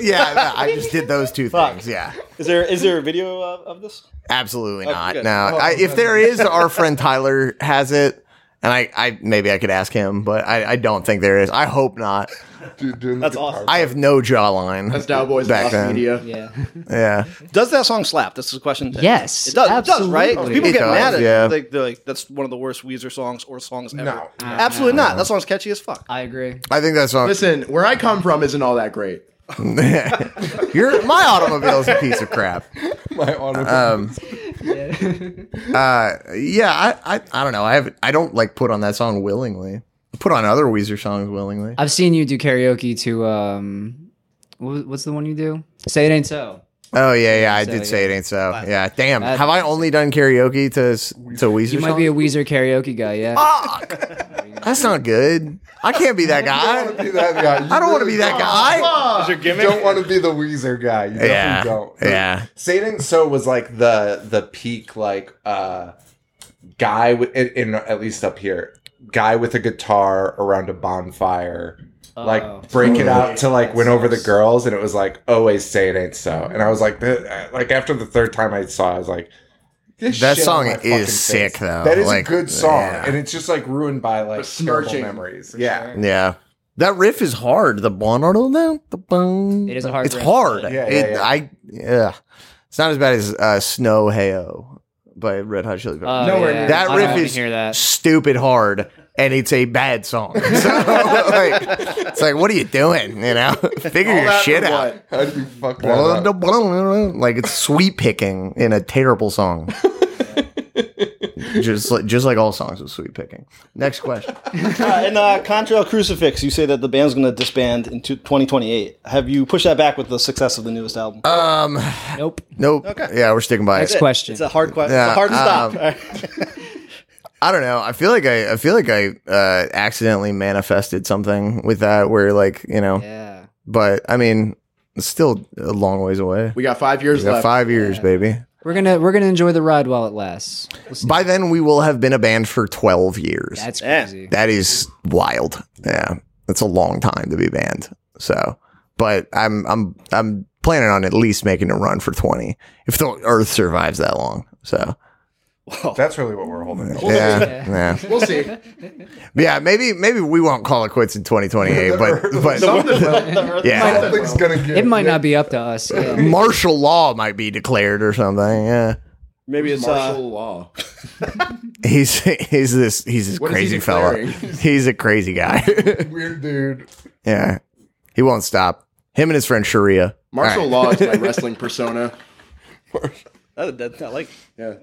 [SPEAKER 6] Yeah, no, I just did those two things. Yeah,
[SPEAKER 7] Is there is there a video of, of this?
[SPEAKER 6] absolutely not.
[SPEAKER 7] good.
[SPEAKER 6] No, I, if there is, our friend Tyler has it, and I, I maybe I could ask him, but I, I don't think there is. I hope not.
[SPEAKER 2] Dude, doing
[SPEAKER 7] That's
[SPEAKER 2] the-
[SPEAKER 7] awesome.
[SPEAKER 6] I have no jawline.
[SPEAKER 5] That's Dowboys
[SPEAKER 6] Back
[SPEAKER 5] Lost
[SPEAKER 6] then.
[SPEAKER 5] Media.
[SPEAKER 4] yeah.
[SPEAKER 6] Yeah,
[SPEAKER 7] Does that song slap? That's the question.
[SPEAKER 4] Yes,
[SPEAKER 7] it does. It does, right? 'Cause
[SPEAKER 4] absolutely.
[SPEAKER 7] People
[SPEAKER 6] It
[SPEAKER 7] get
[SPEAKER 6] does,
[SPEAKER 7] mad at
[SPEAKER 6] yeah.
[SPEAKER 7] it. Like, they're like, that's one of the worst Weezer songs or songs ever.
[SPEAKER 2] No.
[SPEAKER 7] Absolutely not. That song's catchy as fuck.
[SPEAKER 4] I agree.
[SPEAKER 6] I think that's on.
[SPEAKER 5] Listen, where I come from isn't all that great.
[SPEAKER 6] Your my automobile's a piece of crap.
[SPEAKER 2] my auto.
[SPEAKER 6] Yeah, I, I, I don't know. I have I don't like put on that song willingly. I put on other Weezer songs willingly.
[SPEAKER 4] I've seen you do karaoke to um, wha- what's the one you do? Say it ain't so.
[SPEAKER 6] Oh yeah, yeah. I
[SPEAKER 4] So,
[SPEAKER 6] did say it ain't so. Yeah, damn.
[SPEAKER 4] That-
[SPEAKER 6] have I only done karaoke to s- to Weezer?
[SPEAKER 4] You might be a Weezer karaoke guy, yeah.
[SPEAKER 6] That's not good. I can't be that
[SPEAKER 2] wanna
[SPEAKER 6] guy.
[SPEAKER 2] be that Oh, guy. You
[SPEAKER 6] I don't want to be that guy.
[SPEAKER 2] don't want to be the Weezer guy. You definitely
[SPEAKER 6] Yeah.
[SPEAKER 2] don't.
[SPEAKER 6] Yeah.
[SPEAKER 2] Satan So was like the the peak like uh guy with in, in at least up here guy with a guitar around a bonfire
[SPEAKER 4] Oh.
[SPEAKER 2] like break it out to like win over the girls and it was like always say it ain't so and I was like "Th- like after the third time I saw it, I was like this
[SPEAKER 6] That
[SPEAKER 2] shit
[SPEAKER 6] song
[SPEAKER 2] on my
[SPEAKER 6] is
[SPEAKER 2] fucking face.
[SPEAKER 6] sick, though.
[SPEAKER 2] that is
[SPEAKER 6] Like,
[SPEAKER 2] a good song
[SPEAKER 6] yeah.
[SPEAKER 2] and it's just like ruined by like terrible
[SPEAKER 5] Besmirching.
[SPEAKER 2] memories yeah
[SPEAKER 6] Yeah. That riff is hard. The bon down the bone.
[SPEAKER 4] It is a hard
[SPEAKER 6] It's
[SPEAKER 4] riff.
[SPEAKER 6] hard.
[SPEAKER 2] Yeah,
[SPEAKER 6] it,
[SPEAKER 2] yeah, yeah.
[SPEAKER 6] I yeah. It's not as bad as uh, Snow Heyo by Red Hot Chili Peppers.
[SPEAKER 4] Oh,
[SPEAKER 5] Nowhere near.
[SPEAKER 4] yeah.
[SPEAKER 6] That
[SPEAKER 4] I don't
[SPEAKER 6] riff
[SPEAKER 4] wanna
[SPEAKER 6] is
[SPEAKER 4] hear that.
[SPEAKER 6] stupid hard, and it's a bad song. So, like, it's like, what are you doing? You know, figure your
[SPEAKER 5] that
[SPEAKER 6] shit
[SPEAKER 5] for
[SPEAKER 6] out.
[SPEAKER 5] what?
[SPEAKER 2] how do you fuck that up?
[SPEAKER 6] Like it's sweet picking in a terrible song. just like just like all songs with sweet picking. Next question.
[SPEAKER 7] Uh, in uh, Contrail Crucifix, you say that the band's going to disband in two- 2028. Have you pushed that back with the success of the newest album?
[SPEAKER 4] Nope.
[SPEAKER 6] Nope. Yeah, we're sticking by it.
[SPEAKER 4] question.
[SPEAKER 7] It's a hard question.
[SPEAKER 6] Yeah,
[SPEAKER 7] it's a hard stop.
[SPEAKER 6] um,
[SPEAKER 7] All right.
[SPEAKER 6] I don't know. I feel like I, I feel like I uh, accidentally manifested something with that where like, you know,
[SPEAKER 4] Yeah.
[SPEAKER 6] but I mean, it's still a long ways away.
[SPEAKER 5] We got five years
[SPEAKER 6] We got
[SPEAKER 5] left.
[SPEAKER 6] five years, baby.
[SPEAKER 4] We're gonna we're gonna enjoy the ride while it lasts.
[SPEAKER 6] By then, we will have been a band for 12 years.
[SPEAKER 4] That's
[SPEAKER 7] Yeah.
[SPEAKER 4] crazy.
[SPEAKER 6] That is wild. Yeah. That's a long time to be banned. So, but I'm, I'm, I'm planning on at least making a run for 20 if the earth survives that long. So,
[SPEAKER 2] that's really what we're holding up.
[SPEAKER 6] yeah. Yeah.
[SPEAKER 5] We'll see.
[SPEAKER 6] Yeah. Maybe, maybe we won't call it quits in 2028, but, but yeah.
[SPEAKER 2] Something's gonna get
[SPEAKER 4] It might not be up to us. Yeah.
[SPEAKER 6] Martial law might be declared or something. Yeah.
[SPEAKER 7] Maybe it's uh,
[SPEAKER 5] Martial law.
[SPEAKER 6] He's, he's this, he's this
[SPEAKER 5] What is
[SPEAKER 6] crazy
[SPEAKER 5] he
[SPEAKER 6] fella.
[SPEAKER 5] declaring?
[SPEAKER 6] He's a crazy guy.
[SPEAKER 2] weird, dude.
[SPEAKER 6] Yeah. He won't stop. Him and his friend Sharia.
[SPEAKER 5] Martial
[SPEAKER 6] All right.
[SPEAKER 5] law is my wrestling persona.
[SPEAKER 7] that, that, that, like.
[SPEAKER 5] Yeah.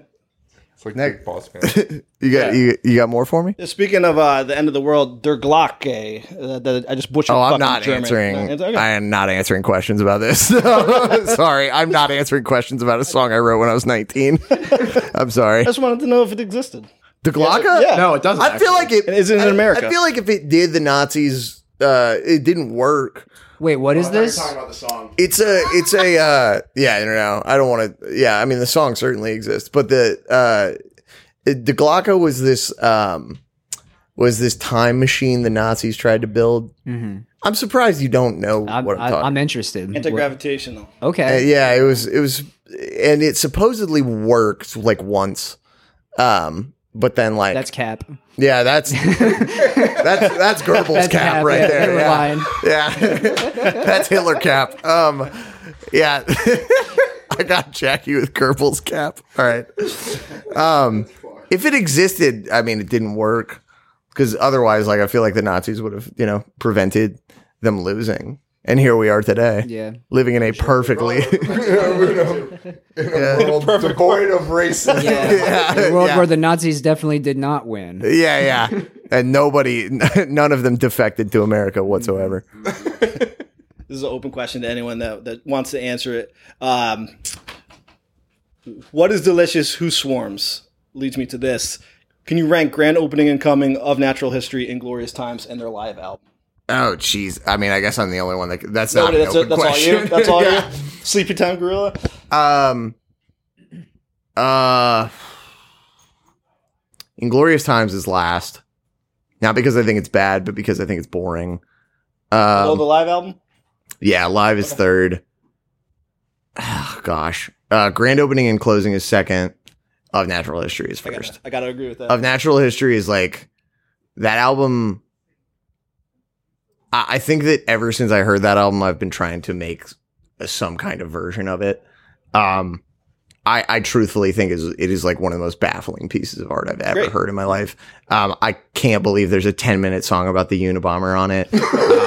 [SPEAKER 2] It's like Nick Boss Man.
[SPEAKER 6] You got you, you got more for me?
[SPEAKER 7] Speaking of uh, the end of the world, Der Glocke. Uh, that I just butchered.
[SPEAKER 6] Oh, I'm
[SPEAKER 7] fucking
[SPEAKER 6] not
[SPEAKER 7] German.
[SPEAKER 6] answering.
[SPEAKER 7] No, it's okay.
[SPEAKER 6] I am not answering questions about this. sorry, I'm not answering questions about a song I wrote when I was 19. I'm sorry.
[SPEAKER 7] I just wanted to know if it existed.
[SPEAKER 6] The Glocka?
[SPEAKER 7] Yeah.
[SPEAKER 5] No, it doesn't.
[SPEAKER 6] I feel like it
[SPEAKER 7] And is it in
[SPEAKER 6] I-
[SPEAKER 7] America?
[SPEAKER 6] I feel like if it did, the Nazis, uh, it didn't work.
[SPEAKER 4] Wait, what is this?
[SPEAKER 5] talking about the song.
[SPEAKER 6] It's a, it's a, uh, yeah, I don't know. I don't want to, yeah, I mean, the song certainly exists, but the, uh, the Glocka was this, um, was this time machine the Nazis tried to build. I'm surprised you don't know
[SPEAKER 4] Mm-hmm. I'm,
[SPEAKER 6] what I'm talking
[SPEAKER 4] I, am interested.
[SPEAKER 7] Anti gravitational.
[SPEAKER 4] Okay.
[SPEAKER 6] Uh, yeah, it was it was and it supposedly worked like once. Um, but then like
[SPEAKER 4] That's cap.
[SPEAKER 6] yeah, that's that's that's Goebbels
[SPEAKER 4] That's
[SPEAKER 6] cap, right
[SPEAKER 4] yeah,
[SPEAKER 6] there.
[SPEAKER 4] They were
[SPEAKER 6] yeah.
[SPEAKER 4] lying.
[SPEAKER 6] Yeah. That's Hitler cap. Um yeah. I got Jackie with Goebbels cap. All right. Um if it existed, I mean it didn't work cuz otherwise like I feel like the Nazis would have, you know, prevented them losing. And here we are today.
[SPEAKER 4] Yeah.
[SPEAKER 6] Living in a perfectly
[SPEAKER 2] devoid of racism.
[SPEAKER 4] A world
[SPEAKER 6] yeah.
[SPEAKER 4] where the Nazis definitely did not win.
[SPEAKER 6] Yeah, yeah. And nobody none of them defected to America whatsoever.
[SPEAKER 7] This is an open question to anyone that, that wants to answer it. Um, what is delicious? Who swarms? Leads me to this. Can you rank grand opening and coming of Natural History, Inglorious Times, and their live album?
[SPEAKER 6] Oh jeez. I mean, I guess I'm the only one that that's not an
[SPEAKER 7] that's,
[SPEAKER 6] open
[SPEAKER 7] that's all
[SPEAKER 6] question.
[SPEAKER 7] you. That's all you. Sleepy Time Gorilla.
[SPEAKER 6] Um. Uh. Inglorious Times is last, not because I think it's bad, but because I think it's boring.
[SPEAKER 7] oh, the
[SPEAKER 6] Um,
[SPEAKER 7] live album.
[SPEAKER 6] yeah, Live is third. Ah, gosh, uh, Grand Opening and Closing is second. Of Natural History is
[SPEAKER 7] I
[SPEAKER 6] first
[SPEAKER 7] gotta, I gotta agree with that.
[SPEAKER 6] of natural history is like that album I, I think that ever since i heard that album i've been trying to make some kind of version of it um i i truthfully think is it is like one of the most baffling pieces of art i've ever
[SPEAKER 7] Great.
[SPEAKER 6] heard in my life um i can't believe there's a 10 minute song about the unabomber on it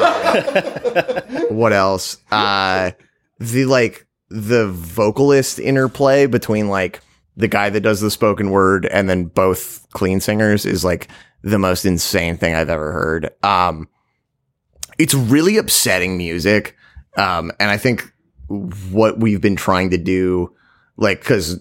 [SPEAKER 6] Uh, what else? Uh the like the vocalist interplay between like the guy that does the spoken word and then both clean singers is like the most insane thing I've ever heard. Um it's really upsetting music. Um and I think what we've been trying to do like cuz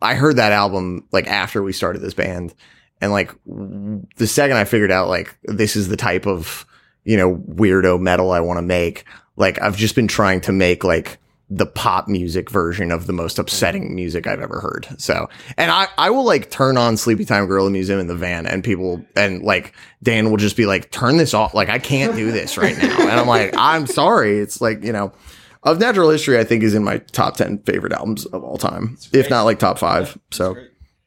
[SPEAKER 6] I heard that album like after we started this band and like w- the second I figured out like this is the type of you know, weirdo metal I want to make. Like I've just been trying to make like the pop music version of the most upsetting music I've ever heard. So, and I, I will like turn on Sleepy Time Gorilla Museum in the van and people, and like Dan will just be like, turn this off. Like I can't do this right now. And I'm like, I'm sorry. It's like, you know, of natural history, I think is in my top 10 favorite albums of all time, if not like top five. So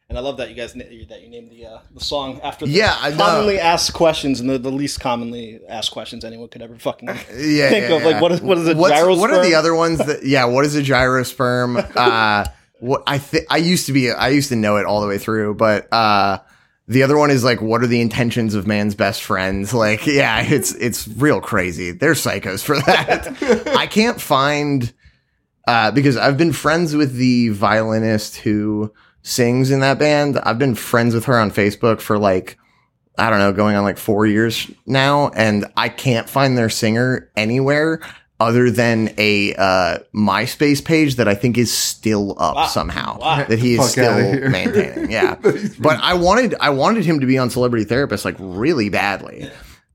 [SPEAKER 7] and I love that you guys na- that you named the uh, the song after the
[SPEAKER 6] Yeah, I know.
[SPEAKER 7] commonly asked questions and the, the least commonly asked questions anyone could ever fucking
[SPEAKER 6] Uh, yeah,
[SPEAKER 7] think
[SPEAKER 6] yeah,
[SPEAKER 7] of. Like
[SPEAKER 6] yeah.
[SPEAKER 7] what is what is a
[SPEAKER 6] What's-
[SPEAKER 7] gyrosperm?
[SPEAKER 6] What are the other ones that? Yeah, what is a gyrosperm? Uh, what I think I used to be, I used to know it all the way through, but uh, the other one is like, what are the intentions of man's best friends? Like, yeah, it's it's real crazy. They're psychos for that. I can't find uh, because I've been friends with the violinist who sings in that band. I've been friends with her on Facebook for like I don't know, going on like four years now, and I can't find their singer anywhere other than a uh, MySpace page that I think is still up somehow
[SPEAKER 7] Wow.
[SPEAKER 6] that he is
[SPEAKER 2] Fuck outta
[SPEAKER 6] still
[SPEAKER 2] here.
[SPEAKER 6] maintaining. Yeah, but I wanted I wanted him to be on Celebrity Therapist like really badly.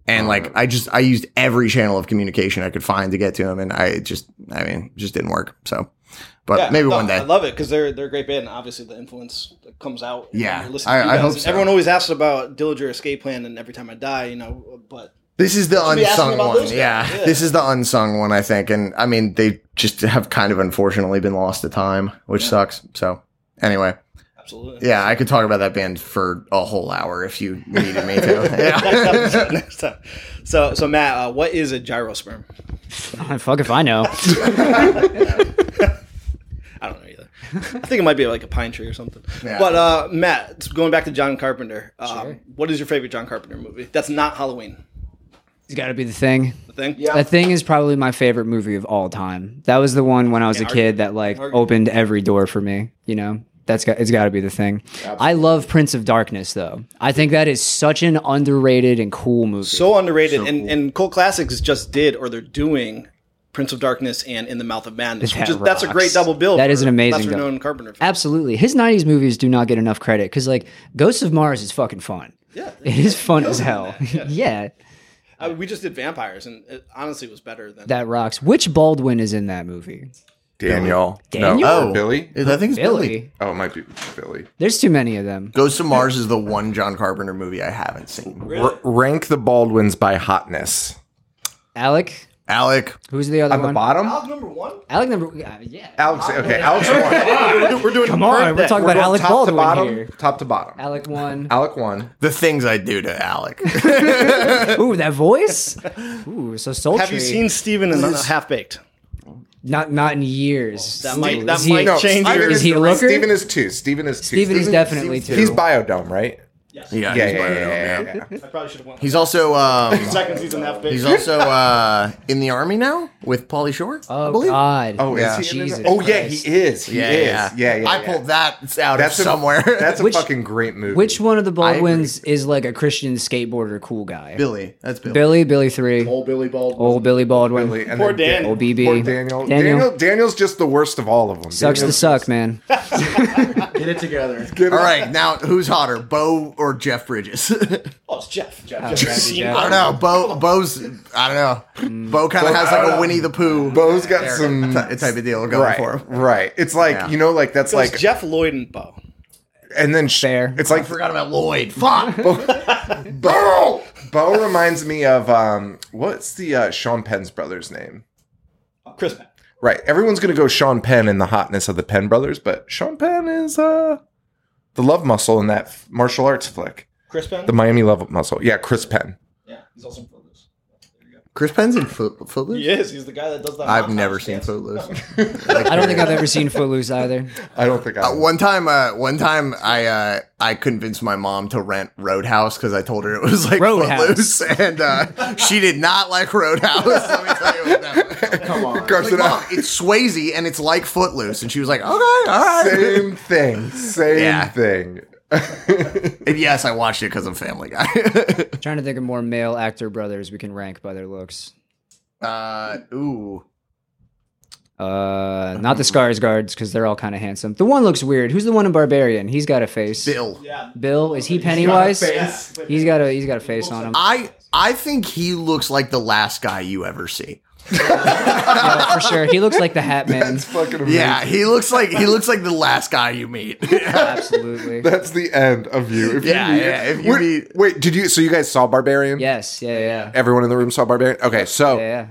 [SPEAKER 6] And
[SPEAKER 7] Oh,
[SPEAKER 6] like I just I used every channel of communication I could find to get to him, and I just I mean just didn't work. So, but
[SPEAKER 7] Yeah,
[SPEAKER 6] maybe
[SPEAKER 7] no,
[SPEAKER 6] one day.
[SPEAKER 7] I love it because they're they're a great band. And obviously, the influence that comes out. when
[SPEAKER 6] Yeah,
[SPEAKER 7] you're listening to
[SPEAKER 6] I-
[SPEAKER 7] you
[SPEAKER 6] I
[SPEAKER 7] guys.
[SPEAKER 6] hope so.
[SPEAKER 7] Everyone always asks about Dillinger Escape Plan, and every time I die, you know. But
[SPEAKER 6] This is the
[SPEAKER 7] be asking
[SPEAKER 6] unsung
[SPEAKER 7] about
[SPEAKER 6] one.
[SPEAKER 7] those guys,
[SPEAKER 6] Yeah.
[SPEAKER 7] yeah.
[SPEAKER 6] This is the unsung one, I think. And I mean, they just have kind of unfortunately been lost to time, which sucks. So, anyway,
[SPEAKER 7] absolutely,
[SPEAKER 6] yeah, I could talk about that band for a whole hour if you needed me to. Yeah.
[SPEAKER 7] Next time, next time. So, so Matt, uh, what is a gyrosperm?
[SPEAKER 4] Fuck if I know.
[SPEAKER 7] I don't know either. I think it might be like a pine tree or something.
[SPEAKER 6] Yeah.
[SPEAKER 7] But uh, Matt, going back to John Carpenter, um, what is your favorite John Carpenter movie? That's not Halloween.
[SPEAKER 4] It's got to be the thing.
[SPEAKER 7] The thing.
[SPEAKER 4] The thing is probably my favorite movie of all time. That was the one when I was a kid that like opened every door for me. You know, that's got it's got to be the thing. I love Prince of Darkness though. I think that is such an underrated and cool movie.
[SPEAKER 7] so underrated and and cult classics just did or they're doing prince of darkness and in the mouth of madness
[SPEAKER 4] That
[SPEAKER 7] which is that's a
[SPEAKER 4] rocks.
[SPEAKER 7] great double bill
[SPEAKER 4] That
[SPEAKER 7] for
[SPEAKER 4] is an amazing
[SPEAKER 7] lesser
[SPEAKER 4] double-
[SPEAKER 7] known carpenter film.
[SPEAKER 4] Absolutely, his '90s movies do not get enough credit because like Ghosts of Mars is fucking fun. Yeah, it is fun as hell. yeah,
[SPEAKER 7] I mean, we just did vampires and it honestly was better than
[SPEAKER 4] that rocks. Which Baldwin is in that movie?
[SPEAKER 9] Daniel.
[SPEAKER 4] Daniel?
[SPEAKER 9] No, oh. Billy?
[SPEAKER 6] I think it's
[SPEAKER 4] Billy.
[SPEAKER 6] Billy.
[SPEAKER 9] Oh, it might be Billy.
[SPEAKER 4] There's too many of them.
[SPEAKER 6] Ghost
[SPEAKER 7] Oh.
[SPEAKER 6] of Mars is the one John Carpenter movie I haven't seen.
[SPEAKER 9] R- rank the Baldwins by hotness.
[SPEAKER 4] Alec,
[SPEAKER 6] Alec.
[SPEAKER 4] Who's the other
[SPEAKER 2] On the
[SPEAKER 4] one?
[SPEAKER 2] bottom?
[SPEAKER 7] Album number one.
[SPEAKER 4] Alec number. Uh, yeah.
[SPEAKER 2] Alex, okay, Alex one.
[SPEAKER 7] We're doing.
[SPEAKER 4] Come on, we're talking
[SPEAKER 2] We're
[SPEAKER 4] about
[SPEAKER 2] going
[SPEAKER 4] Alec
[SPEAKER 2] top
[SPEAKER 4] Baldwin
[SPEAKER 2] to bottom, Uh,
[SPEAKER 4] here.
[SPEAKER 2] Top to bottom.
[SPEAKER 4] Alec one.
[SPEAKER 2] Alec one.
[SPEAKER 6] The things I do to Alec.
[SPEAKER 4] Ooh, that voice. Ooh, so sultry.
[SPEAKER 7] Have you seen Steven and Half Baked?
[SPEAKER 4] Not not in years.
[SPEAKER 7] That
[SPEAKER 4] Dude,
[SPEAKER 7] might- that
[SPEAKER 4] is he-
[SPEAKER 7] might
[SPEAKER 2] No,
[SPEAKER 7] change
[SPEAKER 2] Steven
[SPEAKER 7] yours.
[SPEAKER 4] Is he a
[SPEAKER 2] three.
[SPEAKER 4] looker?
[SPEAKER 2] Steven is two. Steven is two.
[SPEAKER 4] Steven is definitely two.
[SPEAKER 2] He's biodome, right?
[SPEAKER 6] yeah,
[SPEAKER 2] Yeah,
[SPEAKER 6] he's
[SPEAKER 2] yeah,
[SPEAKER 6] better
[SPEAKER 2] yeah,
[SPEAKER 6] than me.
[SPEAKER 2] yeah, yeah, yeah.
[SPEAKER 7] I probably should have won.
[SPEAKER 6] He's also um,
[SPEAKER 7] Second season Half Baked.
[SPEAKER 6] he's also uh, in the army now with Pauly Shore. I
[SPEAKER 4] Oh
[SPEAKER 6] believe.
[SPEAKER 4] God.
[SPEAKER 2] Oh,
[SPEAKER 6] Yeah.
[SPEAKER 2] is he? in it?
[SPEAKER 4] Jesus
[SPEAKER 2] oh, yeah,
[SPEAKER 4] Christ.
[SPEAKER 2] he is. He
[SPEAKER 6] Yeah,
[SPEAKER 2] is.
[SPEAKER 6] yeah,
[SPEAKER 2] Yeah, yeah, yeah.
[SPEAKER 6] I pulled that out
[SPEAKER 2] That's
[SPEAKER 6] of
[SPEAKER 2] a-
[SPEAKER 6] somewhere.
[SPEAKER 2] That's a
[SPEAKER 4] Which-
[SPEAKER 2] fucking great movie.
[SPEAKER 4] Which one of the
[SPEAKER 6] agree.
[SPEAKER 4] Baldwins is like a Christian skateboarder cool guy?
[SPEAKER 6] Billy. That's Billy.
[SPEAKER 4] Billy, Billy three.
[SPEAKER 5] Old Billy Bald.
[SPEAKER 4] Old Billy Baldwin.
[SPEAKER 2] Really, and
[SPEAKER 7] Poor
[SPEAKER 2] then
[SPEAKER 7] Dan.
[SPEAKER 4] Old BB.
[SPEAKER 2] Poor Daniel.
[SPEAKER 4] Daniel.
[SPEAKER 2] Daniel. Daniel's just the worst of all of them.
[SPEAKER 4] Sucks to
[SPEAKER 2] Daniel's
[SPEAKER 4] suck, man.
[SPEAKER 5] Get it together.
[SPEAKER 6] All right, now who's hotter, Bo or Jeff Bridges? I
[SPEAKER 7] Oh, it's Jeff. Jeff.
[SPEAKER 4] Yeah.
[SPEAKER 6] don't know. Bo, Bo's. I don't
[SPEAKER 4] Mm.
[SPEAKER 6] know. Bo kind of has like a Winnie the Pooh.
[SPEAKER 2] Bo's got
[SPEAKER 6] there
[SPEAKER 2] some-
[SPEAKER 6] ty- type of deal going
[SPEAKER 2] Right,
[SPEAKER 6] for him.
[SPEAKER 2] right. It's like
[SPEAKER 6] Yeah.
[SPEAKER 2] you know, like that's
[SPEAKER 7] Like
[SPEAKER 2] like,
[SPEAKER 7] Jeff Lloyd and Bo.
[SPEAKER 2] and then sh-
[SPEAKER 4] Fair.
[SPEAKER 2] It's like
[SPEAKER 6] I forgot about Lloyd. Fuck.
[SPEAKER 2] Bo. Bo reminds me of um, what's the uh, Sean Penn's brother's name?
[SPEAKER 7] Chris. Mack.
[SPEAKER 2] Right. Everyone's gonna go Sean Penn in the hotness of the Penn brothers, but Sean Penn is uh the love muscle in that f- martial arts flick,
[SPEAKER 7] Chris Penn.
[SPEAKER 2] the Miami love muscle. Yeah, Chris Penn.
[SPEAKER 7] yeah, he's also in Footloose.
[SPEAKER 6] Chris Penn's in Foot- Footloose.
[SPEAKER 7] He is. He's the guy that does that.
[SPEAKER 6] I've
[SPEAKER 7] montage
[SPEAKER 6] never seen
[SPEAKER 7] dance.
[SPEAKER 6] Footloose.
[SPEAKER 4] I don't think I've ever seen Footloose either.
[SPEAKER 2] I don't think I.
[SPEAKER 6] Uh, one time, uh, one time, I uh, I convinced my mom to rent Roadhouse because I told her it was like
[SPEAKER 4] Roadhouse.
[SPEAKER 6] Footlouse, and uh, she did not like Roadhouse. Let me tell you what that was.
[SPEAKER 5] Come on.
[SPEAKER 6] Like, Mom, it's Swayze and it's like Footloose, and she was like, "Okay, all right."
[SPEAKER 2] Same thing. Same
[SPEAKER 6] Yeah.
[SPEAKER 2] thing.
[SPEAKER 6] And yes, I watched it because I'm Family Guy.
[SPEAKER 4] trying to think of more male actor brothers we can rank by their looks.
[SPEAKER 6] uh, ooh,
[SPEAKER 4] Uh, not the Scars guards because they're all kind of handsome. The one looks weird. Who's the one in Barbarian? He's got a face.
[SPEAKER 6] Bill.
[SPEAKER 7] Yeah.
[SPEAKER 4] Bill is he Pennywise?
[SPEAKER 5] face.
[SPEAKER 4] He's got a he's got a face on him.
[SPEAKER 6] I I think he looks like the last guy you ever see.
[SPEAKER 4] Yeah, for sure. He looks like the Hat Man.
[SPEAKER 2] It's fucking amazing.
[SPEAKER 6] Yeah, he looks like he looks like the last guy you meet.
[SPEAKER 4] Absolutely.
[SPEAKER 2] That's the end of you. If
[SPEAKER 6] Yeah,
[SPEAKER 2] you meet-
[SPEAKER 6] yeah, if you
[SPEAKER 2] Wait,
[SPEAKER 6] meet-
[SPEAKER 2] wait, did you? So you guys saw Barbarian?
[SPEAKER 4] Yes. Yeah. Yeah.
[SPEAKER 2] Everyone in the room saw Barbarian. Okay, so
[SPEAKER 4] Yeah. yeah.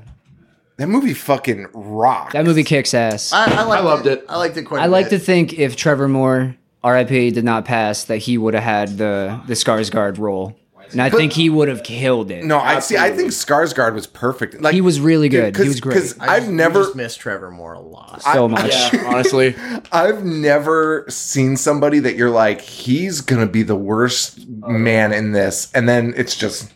[SPEAKER 2] that movie fucking rocked.
[SPEAKER 4] That movie kicks ass. I,
[SPEAKER 6] I, I, liked
[SPEAKER 5] loved it.
[SPEAKER 6] I liked it quite. a
[SPEAKER 4] like
[SPEAKER 6] bit.
[SPEAKER 4] to think if Trevor Moore, R.I.P., did not pass, that he would have had the the Skarsgård role, and I think he would have killed it.
[SPEAKER 2] No, I see. I think Skarsgård was perfect. Like
[SPEAKER 4] He was really
[SPEAKER 2] dude,
[SPEAKER 4] good. He was great.
[SPEAKER 2] Because
[SPEAKER 6] I
[SPEAKER 2] I've
[SPEAKER 6] just- you
[SPEAKER 2] never,
[SPEAKER 6] just missed Trevor Moore a lot.
[SPEAKER 4] so much.
[SPEAKER 5] Oh, Honestly,
[SPEAKER 2] I've never seen somebody that you're like, he's gonna be the worst
[SPEAKER 6] Oh.
[SPEAKER 2] man in this, and then it's just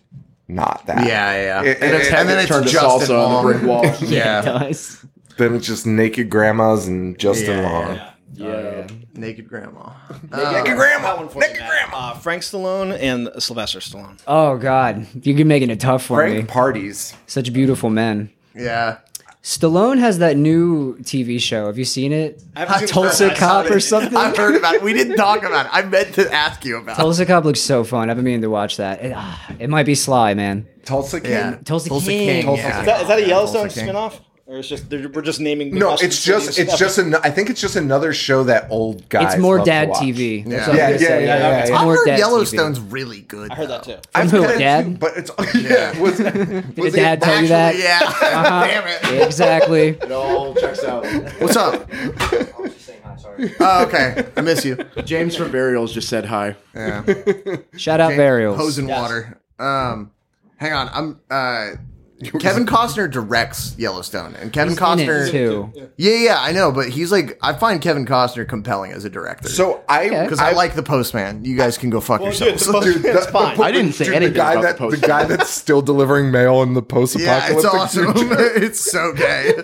[SPEAKER 2] not that.
[SPEAKER 6] yeah, yeah.
[SPEAKER 2] It-
[SPEAKER 6] and, it's,
[SPEAKER 2] it-
[SPEAKER 6] and then it's
[SPEAKER 5] turned to
[SPEAKER 6] Justin
[SPEAKER 5] salsa on
[SPEAKER 6] Long.
[SPEAKER 5] the brick wall.
[SPEAKER 6] yeah.
[SPEAKER 4] Nice.
[SPEAKER 2] Then it's just naked grandmas and Justin
[SPEAKER 6] Yeah,
[SPEAKER 2] Long.
[SPEAKER 6] yeah. Oh,
[SPEAKER 5] yeah.
[SPEAKER 6] naked grandma.
[SPEAKER 2] Naked grandma. Naked grandma.
[SPEAKER 7] Uh, Frank Stallone and Sylvester Stallone.
[SPEAKER 4] Oh God, you're making it tough for
[SPEAKER 2] Frank
[SPEAKER 4] me.
[SPEAKER 2] parties.
[SPEAKER 4] Such beautiful men.
[SPEAKER 6] yeah,
[SPEAKER 4] Stallone has that new TV show. Have you seen it?
[SPEAKER 7] haven't seen it.
[SPEAKER 4] Tulsa
[SPEAKER 7] I saw
[SPEAKER 4] Cop
[SPEAKER 7] it.
[SPEAKER 4] or something.
[SPEAKER 6] I've heard about. it. We didn't talk about it. I meant to ask you about. it.
[SPEAKER 4] Tulsa Cop looks so fun. I've been meaning to watch that. It, ah, it might be Sly, man.
[SPEAKER 2] Tulsa King.
[SPEAKER 6] Yeah,
[SPEAKER 4] Tulsa King.
[SPEAKER 6] Tulsa
[SPEAKER 4] Tulsa
[SPEAKER 7] Is
[SPEAKER 6] yeah.
[SPEAKER 7] that, is that a Yellowstone
[SPEAKER 2] Tulsa King.
[SPEAKER 7] spinoff, or it's just they're- we're just naming?
[SPEAKER 2] No,
[SPEAKER 7] Washington
[SPEAKER 2] it's just
[SPEAKER 7] cities
[SPEAKER 2] it's
[SPEAKER 7] stuff?
[SPEAKER 2] just an, I think it's just another show that old guys.
[SPEAKER 4] It's more
[SPEAKER 2] love to
[SPEAKER 4] dad
[SPEAKER 2] watch.
[SPEAKER 4] TV.
[SPEAKER 6] Yeah.
[SPEAKER 4] That's what
[SPEAKER 2] Yeah,
[SPEAKER 4] I'm
[SPEAKER 2] yeah,
[SPEAKER 4] gonna say.
[SPEAKER 2] yeah, yeah,
[SPEAKER 4] It's
[SPEAKER 2] yeah.
[SPEAKER 6] I've
[SPEAKER 4] more
[SPEAKER 6] heard
[SPEAKER 4] dad TV.
[SPEAKER 6] Yellowstone's really good.
[SPEAKER 7] I heard that too.
[SPEAKER 2] I've
[SPEAKER 4] From who,
[SPEAKER 2] kinda
[SPEAKER 4] Dad?
[SPEAKER 2] too, but it's yeah. Was,
[SPEAKER 4] Did dad tell you that? Uh-huh.
[SPEAKER 6] Actually, yeah. Damn it.
[SPEAKER 4] Exactly.
[SPEAKER 5] it all checks out.
[SPEAKER 6] What's up? Oh, okay. I miss you.
[SPEAKER 5] James from Burials just said hi.
[SPEAKER 6] Yeah.
[SPEAKER 4] Shout out Burials.
[SPEAKER 6] Hose and water. Um, hang on. I'm. Uh, Kevin Costner directs Yellowstone, and Kevin
[SPEAKER 4] He's in it,
[SPEAKER 6] Costner
[SPEAKER 4] too.
[SPEAKER 6] Yeah, yeah, I know, but he's like, I find Kevin Costner compelling as a director.
[SPEAKER 2] so I
[SPEAKER 6] because I, like the Postman. You guys can go fuck
[SPEAKER 7] Well, dude,
[SPEAKER 6] yourselves.
[SPEAKER 7] the most-
[SPEAKER 2] Dude,
[SPEAKER 7] it's
[SPEAKER 2] the-
[SPEAKER 7] fine.
[SPEAKER 2] the-
[SPEAKER 5] I didn't say
[SPEAKER 2] dude,
[SPEAKER 5] anything
[SPEAKER 2] The guy
[SPEAKER 5] about
[SPEAKER 2] that
[SPEAKER 5] the
[SPEAKER 2] the guy that's still delivering mail in the
[SPEAKER 6] yeah,
[SPEAKER 2] post-apocalyptic
[SPEAKER 6] it's awesome.
[SPEAKER 2] future.
[SPEAKER 6] it's so gay.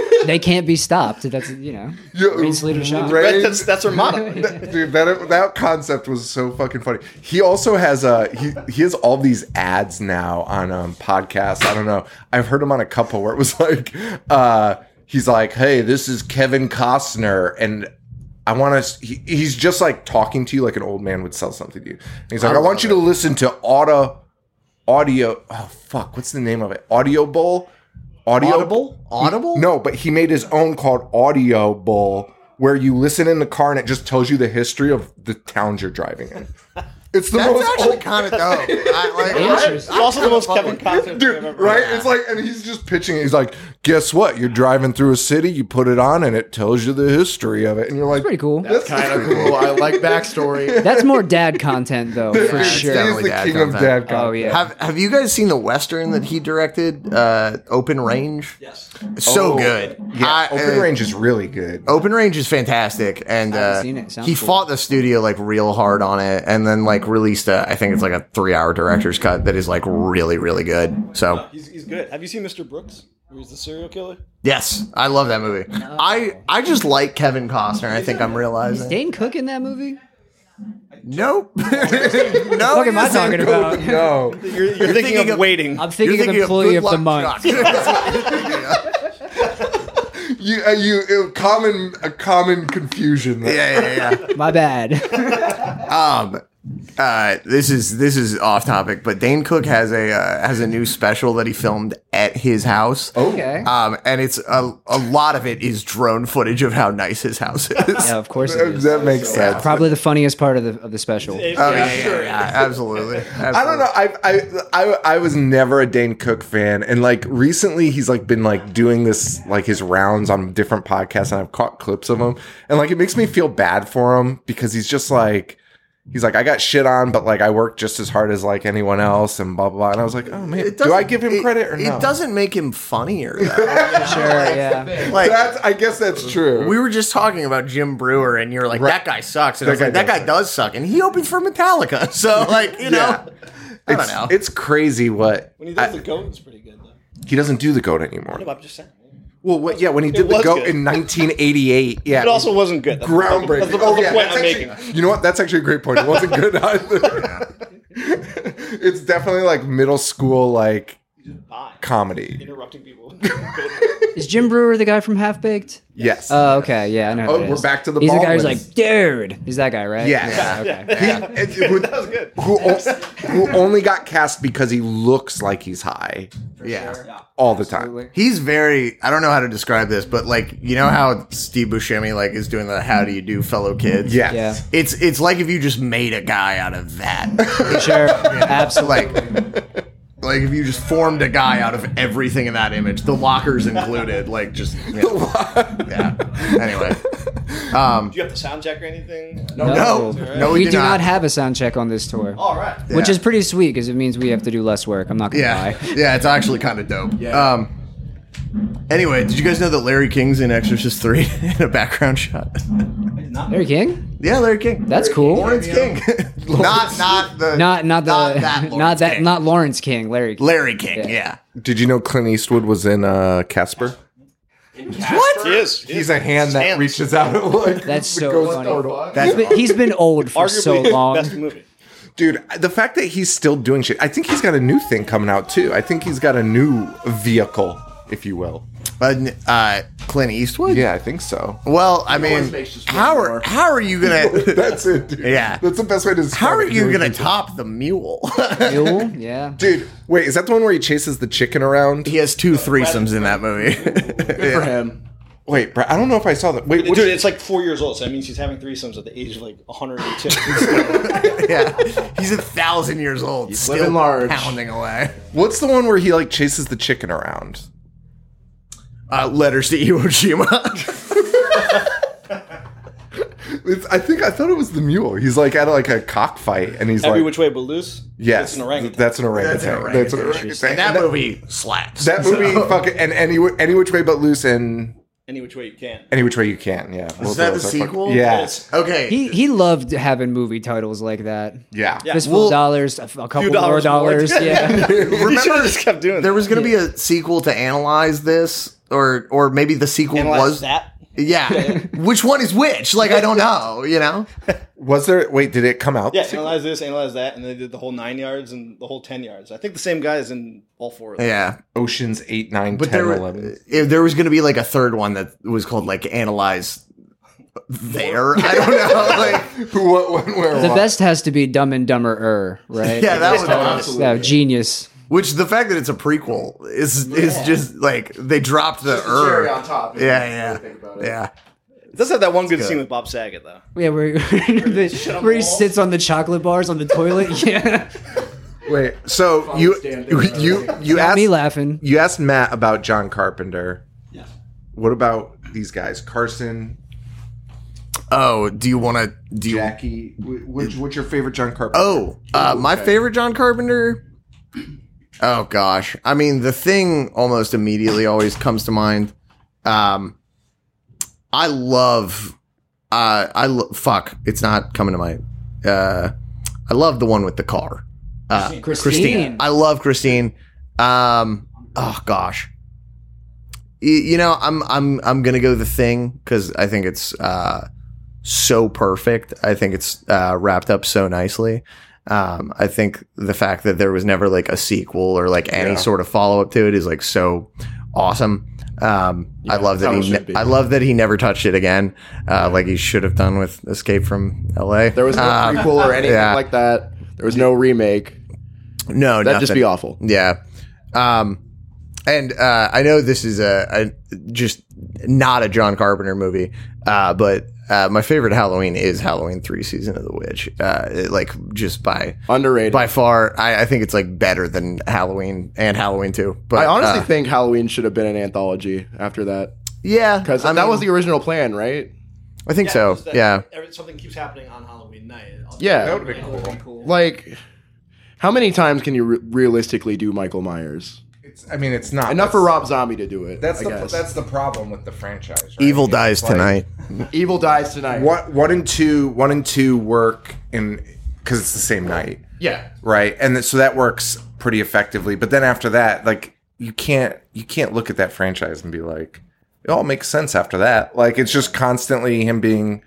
[SPEAKER 4] They can't be stopped. That's you know.
[SPEAKER 2] Yo,
[SPEAKER 4] Rain, sleet, or shine.
[SPEAKER 2] rain-
[SPEAKER 7] that's that's our motto.
[SPEAKER 2] that, dude, that that concept was so fucking funny. He also has uh he he has all these ads now on um podcasts. I don't know. I've heard him on a couple where it was like uh he's like, "Hey, this is Kevin Costner and I want to. He, he's just like talking to you like an old man would sell something to you. And he's like, I, want you to listen to auto, audio. Oh fuck, what's the name of it? Audio Bowl, audio
[SPEAKER 6] Audible?
[SPEAKER 2] no, but he made his own called Audio Bowl, where you listen in the car and it just tells you the history of the towns you're driving in. It's the
[SPEAKER 6] That's
[SPEAKER 2] most
[SPEAKER 6] actually
[SPEAKER 2] old-
[SPEAKER 6] kind of dope. I, like,
[SPEAKER 7] It's also the most Kevin Costner
[SPEAKER 2] Dude, right? It's like, and he's just pitching it. He's like, guess what? You're driving through a city, you put it on, and it tells you the history of it. And you're like,
[SPEAKER 4] Pretty cool.
[SPEAKER 5] That's kind of cool. I like backstory.
[SPEAKER 4] That's more dad content though, for
[SPEAKER 2] He's
[SPEAKER 4] sure.
[SPEAKER 2] the
[SPEAKER 6] definitely dad
[SPEAKER 2] king of
[SPEAKER 6] content.
[SPEAKER 2] dad
[SPEAKER 4] Oh
[SPEAKER 2] content.
[SPEAKER 4] yeah.
[SPEAKER 6] have Have you guys seen the western that he directed? Uh, Open Range. Yes. So
[SPEAKER 2] Oh,
[SPEAKER 6] good.
[SPEAKER 2] Yeah,
[SPEAKER 6] I-
[SPEAKER 2] Open
[SPEAKER 6] uh,
[SPEAKER 2] Range is really good.
[SPEAKER 6] Open Range is fantastic, and
[SPEAKER 4] haven't
[SPEAKER 6] uh,
[SPEAKER 4] seen it. Sounds
[SPEAKER 6] he
[SPEAKER 4] cool.
[SPEAKER 6] fought the studio like real hard on it, and then like released a I think it's like a three hour director's cut that is like really really good. So
[SPEAKER 7] He's, he's good. Have you seen Mr. Brooks? Who's the serial killer?
[SPEAKER 6] yes, I love that movie. I I just like Kevin Costner. I think I'm realizing.
[SPEAKER 4] Dane Cook in that movie?
[SPEAKER 6] Nope. no.
[SPEAKER 4] What am I
[SPEAKER 6] yes,
[SPEAKER 4] talking
[SPEAKER 6] I'm-
[SPEAKER 4] about?
[SPEAKER 2] No.
[SPEAKER 7] You're, you're thinking,
[SPEAKER 6] thinking
[SPEAKER 7] of,
[SPEAKER 6] of-
[SPEAKER 7] waiting.
[SPEAKER 4] I'm thinking,
[SPEAKER 6] You're thinking
[SPEAKER 4] of employee of,
[SPEAKER 6] Good
[SPEAKER 4] the
[SPEAKER 6] Luck
[SPEAKER 4] month.
[SPEAKER 6] Chuck.
[SPEAKER 2] You, uh, you, uh, common, a common confusion. there.
[SPEAKER 6] yeah, yeah, yeah.
[SPEAKER 4] My bad.
[SPEAKER 6] Um, uh, this is this is off topic, but Dane Cook has a uh, has a new special that he filmed at his house.
[SPEAKER 2] Oh.
[SPEAKER 4] okay.
[SPEAKER 6] Um, and it's a, a lot of it is drone footage of how nice his house is.
[SPEAKER 4] yeah, of course it
[SPEAKER 2] That,
[SPEAKER 4] is.
[SPEAKER 2] makes sense.
[SPEAKER 4] Probably the funniest part of the of the special.
[SPEAKER 6] Oh, yeah, yeah, yeah, absolutely.
[SPEAKER 2] I don't know. I, I I I was never a Dane Cook fan, and like recently, he's like been like doing this like his rounds on different podcasts, and I've caught clips of him, and like it makes me feel bad for him because he's just like he's like I got shit on, but like I work just as hard as like anyone else, and blah blah. blah. And I was like, oh man, do I give him
[SPEAKER 6] it-
[SPEAKER 2] credit or
[SPEAKER 6] it
[SPEAKER 2] no?
[SPEAKER 6] doesn't make him funnier. Though.
[SPEAKER 4] Sure, yeah.
[SPEAKER 6] like
[SPEAKER 2] That's, I guess that's true.
[SPEAKER 6] we were just talking about Jim Brewer, and you're like, that guy sucks, and I was
[SPEAKER 2] That
[SPEAKER 6] like,
[SPEAKER 2] guy
[SPEAKER 6] that
[SPEAKER 2] does
[SPEAKER 6] guy does suck, and he opened for Metallica, so like you know, I don't
[SPEAKER 2] it's,
[SPEAKER 6] know.
[SPEAKER 2] it's crazy what
[SPEAKER 7] When he does the goat, it's pretty good, though.
[SPEAKER 2] he doesn't do the goat anymore.
[SPEAKER 7] No, I'm just saying.
[SPEAKER 2] Well, what, yeah, when he did the
[SPEAKER 7] was
[SPEAKER 2] goat
[SPEAKER 7] good.
[SPEAKER 2] in 1988, yeah,
[SPEAKER 7] It also wasn't good. That's the-
[SPEAKER 2] groundbreaking. Oh,
[SPEAKER 7] That's the, that's the point I'm
[SPEAKER 2] that's actually-
[SPEAKER 7] making.
[SPEAKER 2] You know what? That's actually a great point. It wasn't good either. it's definitely like middle school like comedy.
[SPEAKER 7] Interrupting people.
[SPEAKER 4] Is Jim Brewer the guy from Half Baked?
[SPEAKER 2] Yes.
[SPEAKER 4] Oh, okay. Yeah, I know. who
[SPEAKER 2] Oh,
[SPEAKER 4] it
[SPEAKER 2] we're
[SPEAKER 4] is.
[SPEAKER 2] back to the
[SPEAKER 4] He's the guy who's
[SPEAKER 2] Baldwins.
[SPEAKER 4] like, dude. He's that guy, right?
[SPEAKER 2] Yes.
[SPEAKER 4] Yeah. Okay.
[SPEAKER 2] He- who, who o- who only got cast because he looks like he's high
[SPEAKER 6] yeah.
[SPEAKER 2] all the time.
[SPEAKER 6] He's very. I don't know how to describe this, but like you know how Steve Buscemi like is doing the "How do you do, fellow kids"?
[SPEAKER 2] Yes.
[SPEAKER 4] Yeah.
[SPEAKER 6] it's it's like if you just made a guy out of that.
[SPEAKER 4] Sure. Absolutely.
[SPEAKER 6] like like if you just formed a guy out of everything in that image, the lockers included. Like just you know. yeah. Anyway, um,
[SPEAKER 7] Do you have the sound check or anything?
[SPEAKER 6] no, no,
[SPEAKER 4] we, do not. have a sound check on this tour,
[SPEAKER 7] All right.
[SPEAKER 4] which
[SPEAKER 6] yeah.
[SPEAKER 4] is pretty sweet because it means we have to do less work. I'm not gonna
[SPEAKER 6] Yeah,
[SPEAKER 4] lie.
[SPEAKER 6] yeah, it's actually kind of dope. Um. Anyway, did you guys know that Larry King's in Exorcist Three in a background shot?
[SPEAKER 4] Larry King,
[SPEAKER 6] Yeah, Larry King.
[SPEAKER 4] that's cool.
[SPEAKER 6] Lawrence King. not not the
[SPEAKER 4] not not the not that not,
[SPEAKER 6] Lawrence King.
[SPEAKER 4] Lawrence King, Larry. King.
[SPEAKER 6] Larry King. Yeah.
[SPEAKER 2] Did you know Clint Eastwood was in uh, Casper?
[SPEAKER 6] What?
[SPEAKER 7] He is. He
[SPEAKER 2] He's
[SPEAKER 7] is.
[SPEAKER 2] a hand that
[SPEAKER 6] Stanley.
[SPEAKER 2] reaches out and like
[SPEAKER 4] That's
[SPEAKER 2] the
[SPEAKER 4] so
[SPEAKER 2] ghost
[SPEAKER 4] funny.
[SPEAKER 2] portal.
[SPEAKER 6] That's
[SPEAKER 4] But he's been old for
[SPEAKER 7] Arguably
[SPEAKER 4] so
[SPEAKER 7] his
[SPEAKER 4] long.
[SPEAKER 7] best movie.
[SPEAKER 2] Dude, the fact that he's still doing shit, I think he's got a new thing coming out too. I think he's got a new vehicle, if you will.
[SPEAKER 6] uh, uh, Clint Eastwood.
[SPEAKER 2] Yeah, I think so.
[SPEAKER 6] Well, I mean,
[SPEAKER 5] always makes us
[SPEAKER 6] how
[SPEAKER 5] want
[SPEAKER 6] are how are you gonna
[SPEAKER 2] That's it, dude.
[SPEAKER 6] Yeah.
[SPEAKER 2] That's the best way to describe
[SPEAKER 6] how are
[SPEAKER 2] it.
[SPEAKER 6] you
[SPEAKER 2] Doing
[SPEAKER 6] gonna
[SPEAKER 2] shit.
[SPEAKER 6] top the mule?
[SPEAKER 4] Mule? Yeah.
[SPEAKER 2] Dude, wait, is that the one where he chases the chicken around?
[SPEAKER 6] he has two threesomes in that movie.
[SPEAKER 5] Good for him.
[SPEAKER 2] Wait, Brad, I don't know if I saw that. Wait, which,
[SPEAKER 7] Dude, it's like four years old, so that means he's having threesomes at the age of like 102.
[SPEAKER 6] yeah, he's a thousand years old, still
[SPEAKER 5] living large.
[SPEAKER 6] pounding away.
[SPEAKER 2] what's the one where he like chases the chicken around?
[SPEAKER 6] Uh, letters to Iwo Jima.
[SPEAKER 2] It's, I think I thought it was the mule. He's like at like a cockfight, and he's
[SPEAKER 7] Every
[SPEAKER 2] like,
[SPEAKER 7] which way but loose.
[SPEAKER 2] "Yes,
[SPEAKER 7] It's an orangutan.
[SPEAKER 2] that's an orangutan.
[SPEAKER 6] That's an orangutan.
[SPEAKER 2] That's an orangutan."
[SPEAKER 6] and that movie slaps.
[SPEAKER 2] That movie, fucking, and any any which way but loose, and
[SPEAKER 7] Any which way you can.
[SPEAKER 2] any which way you can. Yeah, Both
[SPEAKER 6] that
[SPEAKER 2] of those
[SPEAKER 6] the
[SPEAKER 2] are fucking-
[SPEAKER 6] sequel?
[SPEAKER 2] yeah,
[SPEAKER 7] Yes.
[SPEAKER 6] Okay.
[SPEAKER 4] He he loved having movie titles like that.
[SPEAKER 2] yeah,
[SPEAKER 4] Fistful of dollars, a, f- a couple more
[SPEAKER 7] dollars more.
[SPEAKER 4] dollars. Yeah.
[SPEAKER 7] Remember,
[SPEAKER 6] remember
[SPEAKER 7] just kept doing
[SPEAKER 6] there
[SPEAKER 7] that.
[SPEAKER 6] was going to be a sequel to analyze this or or maybe the sequel
[SPEAKER 7] Analyze
[SPEAKER 6] was
[SPEAKER 7] that.
[SPEAKER 6] yeah which one is which like i don't know you know
[SPEAKER 2] Was there? Wait, did it come out?
[SPEAKER 7] Yeah, analyze this, analyze that, and they did the whole nine yards and the whole ten yards. I think the same guy is in all four of them.
[SPEAKER 6] yeah
[SPEAKER 2] Oceans 8, 9,
[SPEAKER 6] but
[SPEAKER 2] 10,
[SPEAKER 6] there, were,
[SPEAKER 2] 11.
[SPEAKER 6] if there was going to be like a third one that was called like analyze there i don't know like
[SPEAKER 2] Who, what, when, where,
[SPEAKER 4] the
[SPEAKER 2] why?
[SPEAKER 4] best has to be Dumb and Dumber Er, right?
[SPEAKER 6] yeah that
[SPEAKER 2] Oh,
[SPEAKER 6] was
[SPEAKER 4] Yeah, genius.
[SPEAKER 6] which the fact that it's a prequel is is just like they dropped the
[SPEAKER 5] Cherry on
[SPEAKER 6] er
[SPEAKER 5] top.
[SPEAKER 6] yeah yeah
[SPEAKER 5] Think about it.
[SPEAKER 6] yeah
[SPEAKER 7] It does have that one good, scene with Bob Saget though.
[SPEAKER 4] Yeah, where, the, where he sits on the chocolate bars on the toilet. Yeah,
[SPEAKER 2] Wait, so you you you
[SPEAKER 4] got
[SPEAKER 2] asked
[SPEAKER 4] me laughing.
[SPEAKER 2] you asked Matt about John Carpenter. What about these guys, Carson,
[SPEAKER 6] Oh, do you want to? Do you?
[SPEAKER 2] Jackie? Wh- Which, what's your favorite John Carpenter?
[SPEAKER 6] Oh, uh, my favorite John Carpenter. Oh gosh, I mean, the thing almost immediately always comes to mind. Um, I love. Uh, I lo- fuck. It's not coming to my. Uh, I love the one with the car. Uh,
[SPEAKER 4] Christine.
[SPEAKER 6] I love Christine. Um, oh gosh. Y- You know, I'm I'm I'm gonna go the thing because I think it's uh, so perfect. I think it's uh, wrapped up so nicely. Um, I think the fact that there was never like a sequel or like any sort of follow up to it is like so awesome. Um, I love that
[SPEAKER 5] how it
[SPEAKER 6] he.
[SPEAKER 5] should
[SPEAKER 6] Ne-
[SPEAKER 5] be.
[SPEAKER 6] I love that he never touched it again, uh, like he should have done with Escape from L.A.
[SPEAKER 5] There was no
[SPEAKER 6] Um,
[SPEAKER 5] prequel or anything
[SPEAKER 6] yeah.
[SPEAKER 5] like that. There was no remake.
[SPEAKER 6] no,
[SPEAKER 5] That'd just
[SPEAKER 6] nothing.
[SPEAKER 5] be awful.
[SPEAKER 6] Yeah. Um, and uh, I know this is a, a just not a John Carpenter movie, uh, but uh, my favorite Halloween is Halloween Three: Season of the Witch. Uh, it, like just by
[SPEAKER 5] Underrated.
[SPEAKER 6] by far, I, I think it's like better than Halloween and Halloween Two. But
[SPEAKER 5] I honestly
[SPEAKER 6] uh,
[SPEAKER 5] think Halloween should have been an anthology after that
[SPEAKER 6] yeah,
[SPEAKER 5] because
[SPEAKER 6] I
[SPEAKER 5] that
[SPEAKER 6] mean,
[SPEAKER 5] was the original plan, right?
[SPEAKER 6] I think so. Yeah,
[SPEAKER 7] something keeps happening on Halloween night.
[SPEAKER 5] Yeah. That
[SPEAKER 2] would've been
[SPEAKER 7] cool.
[SPEAKER 5] Like, how many times can you re- realistically do Michael Myers?
[SPEAKER 2] It's, I mean, it's not
[SPEAKER 5] Enough for Rob Zombie to do it.
[SPEAKER 2] That's
[SPEAKER 5] I
[SPEAKER 2] the
[SPEAKER 5] guess.
[SPEAKER 2] that's the problem with the franchise. right?
[SPEAKER 6] Evil
[SPEAKER 2] It's
[SPEAKER 6] dies
[SPEAKER 2] like-
[SPEAKER 6] tonight.
[SPEAKER 5] Evil dies tonight.
[SPEAKER 2] What one and two, one and two work in because it's the same night,
[SPEAKER 5] Yeah.
[SPEAKER 2] right? And th- so that works pretty effectively. But then after that, like you can't you can't look at that franchise and be like, it all makes sense after that. Like it's just constantly him being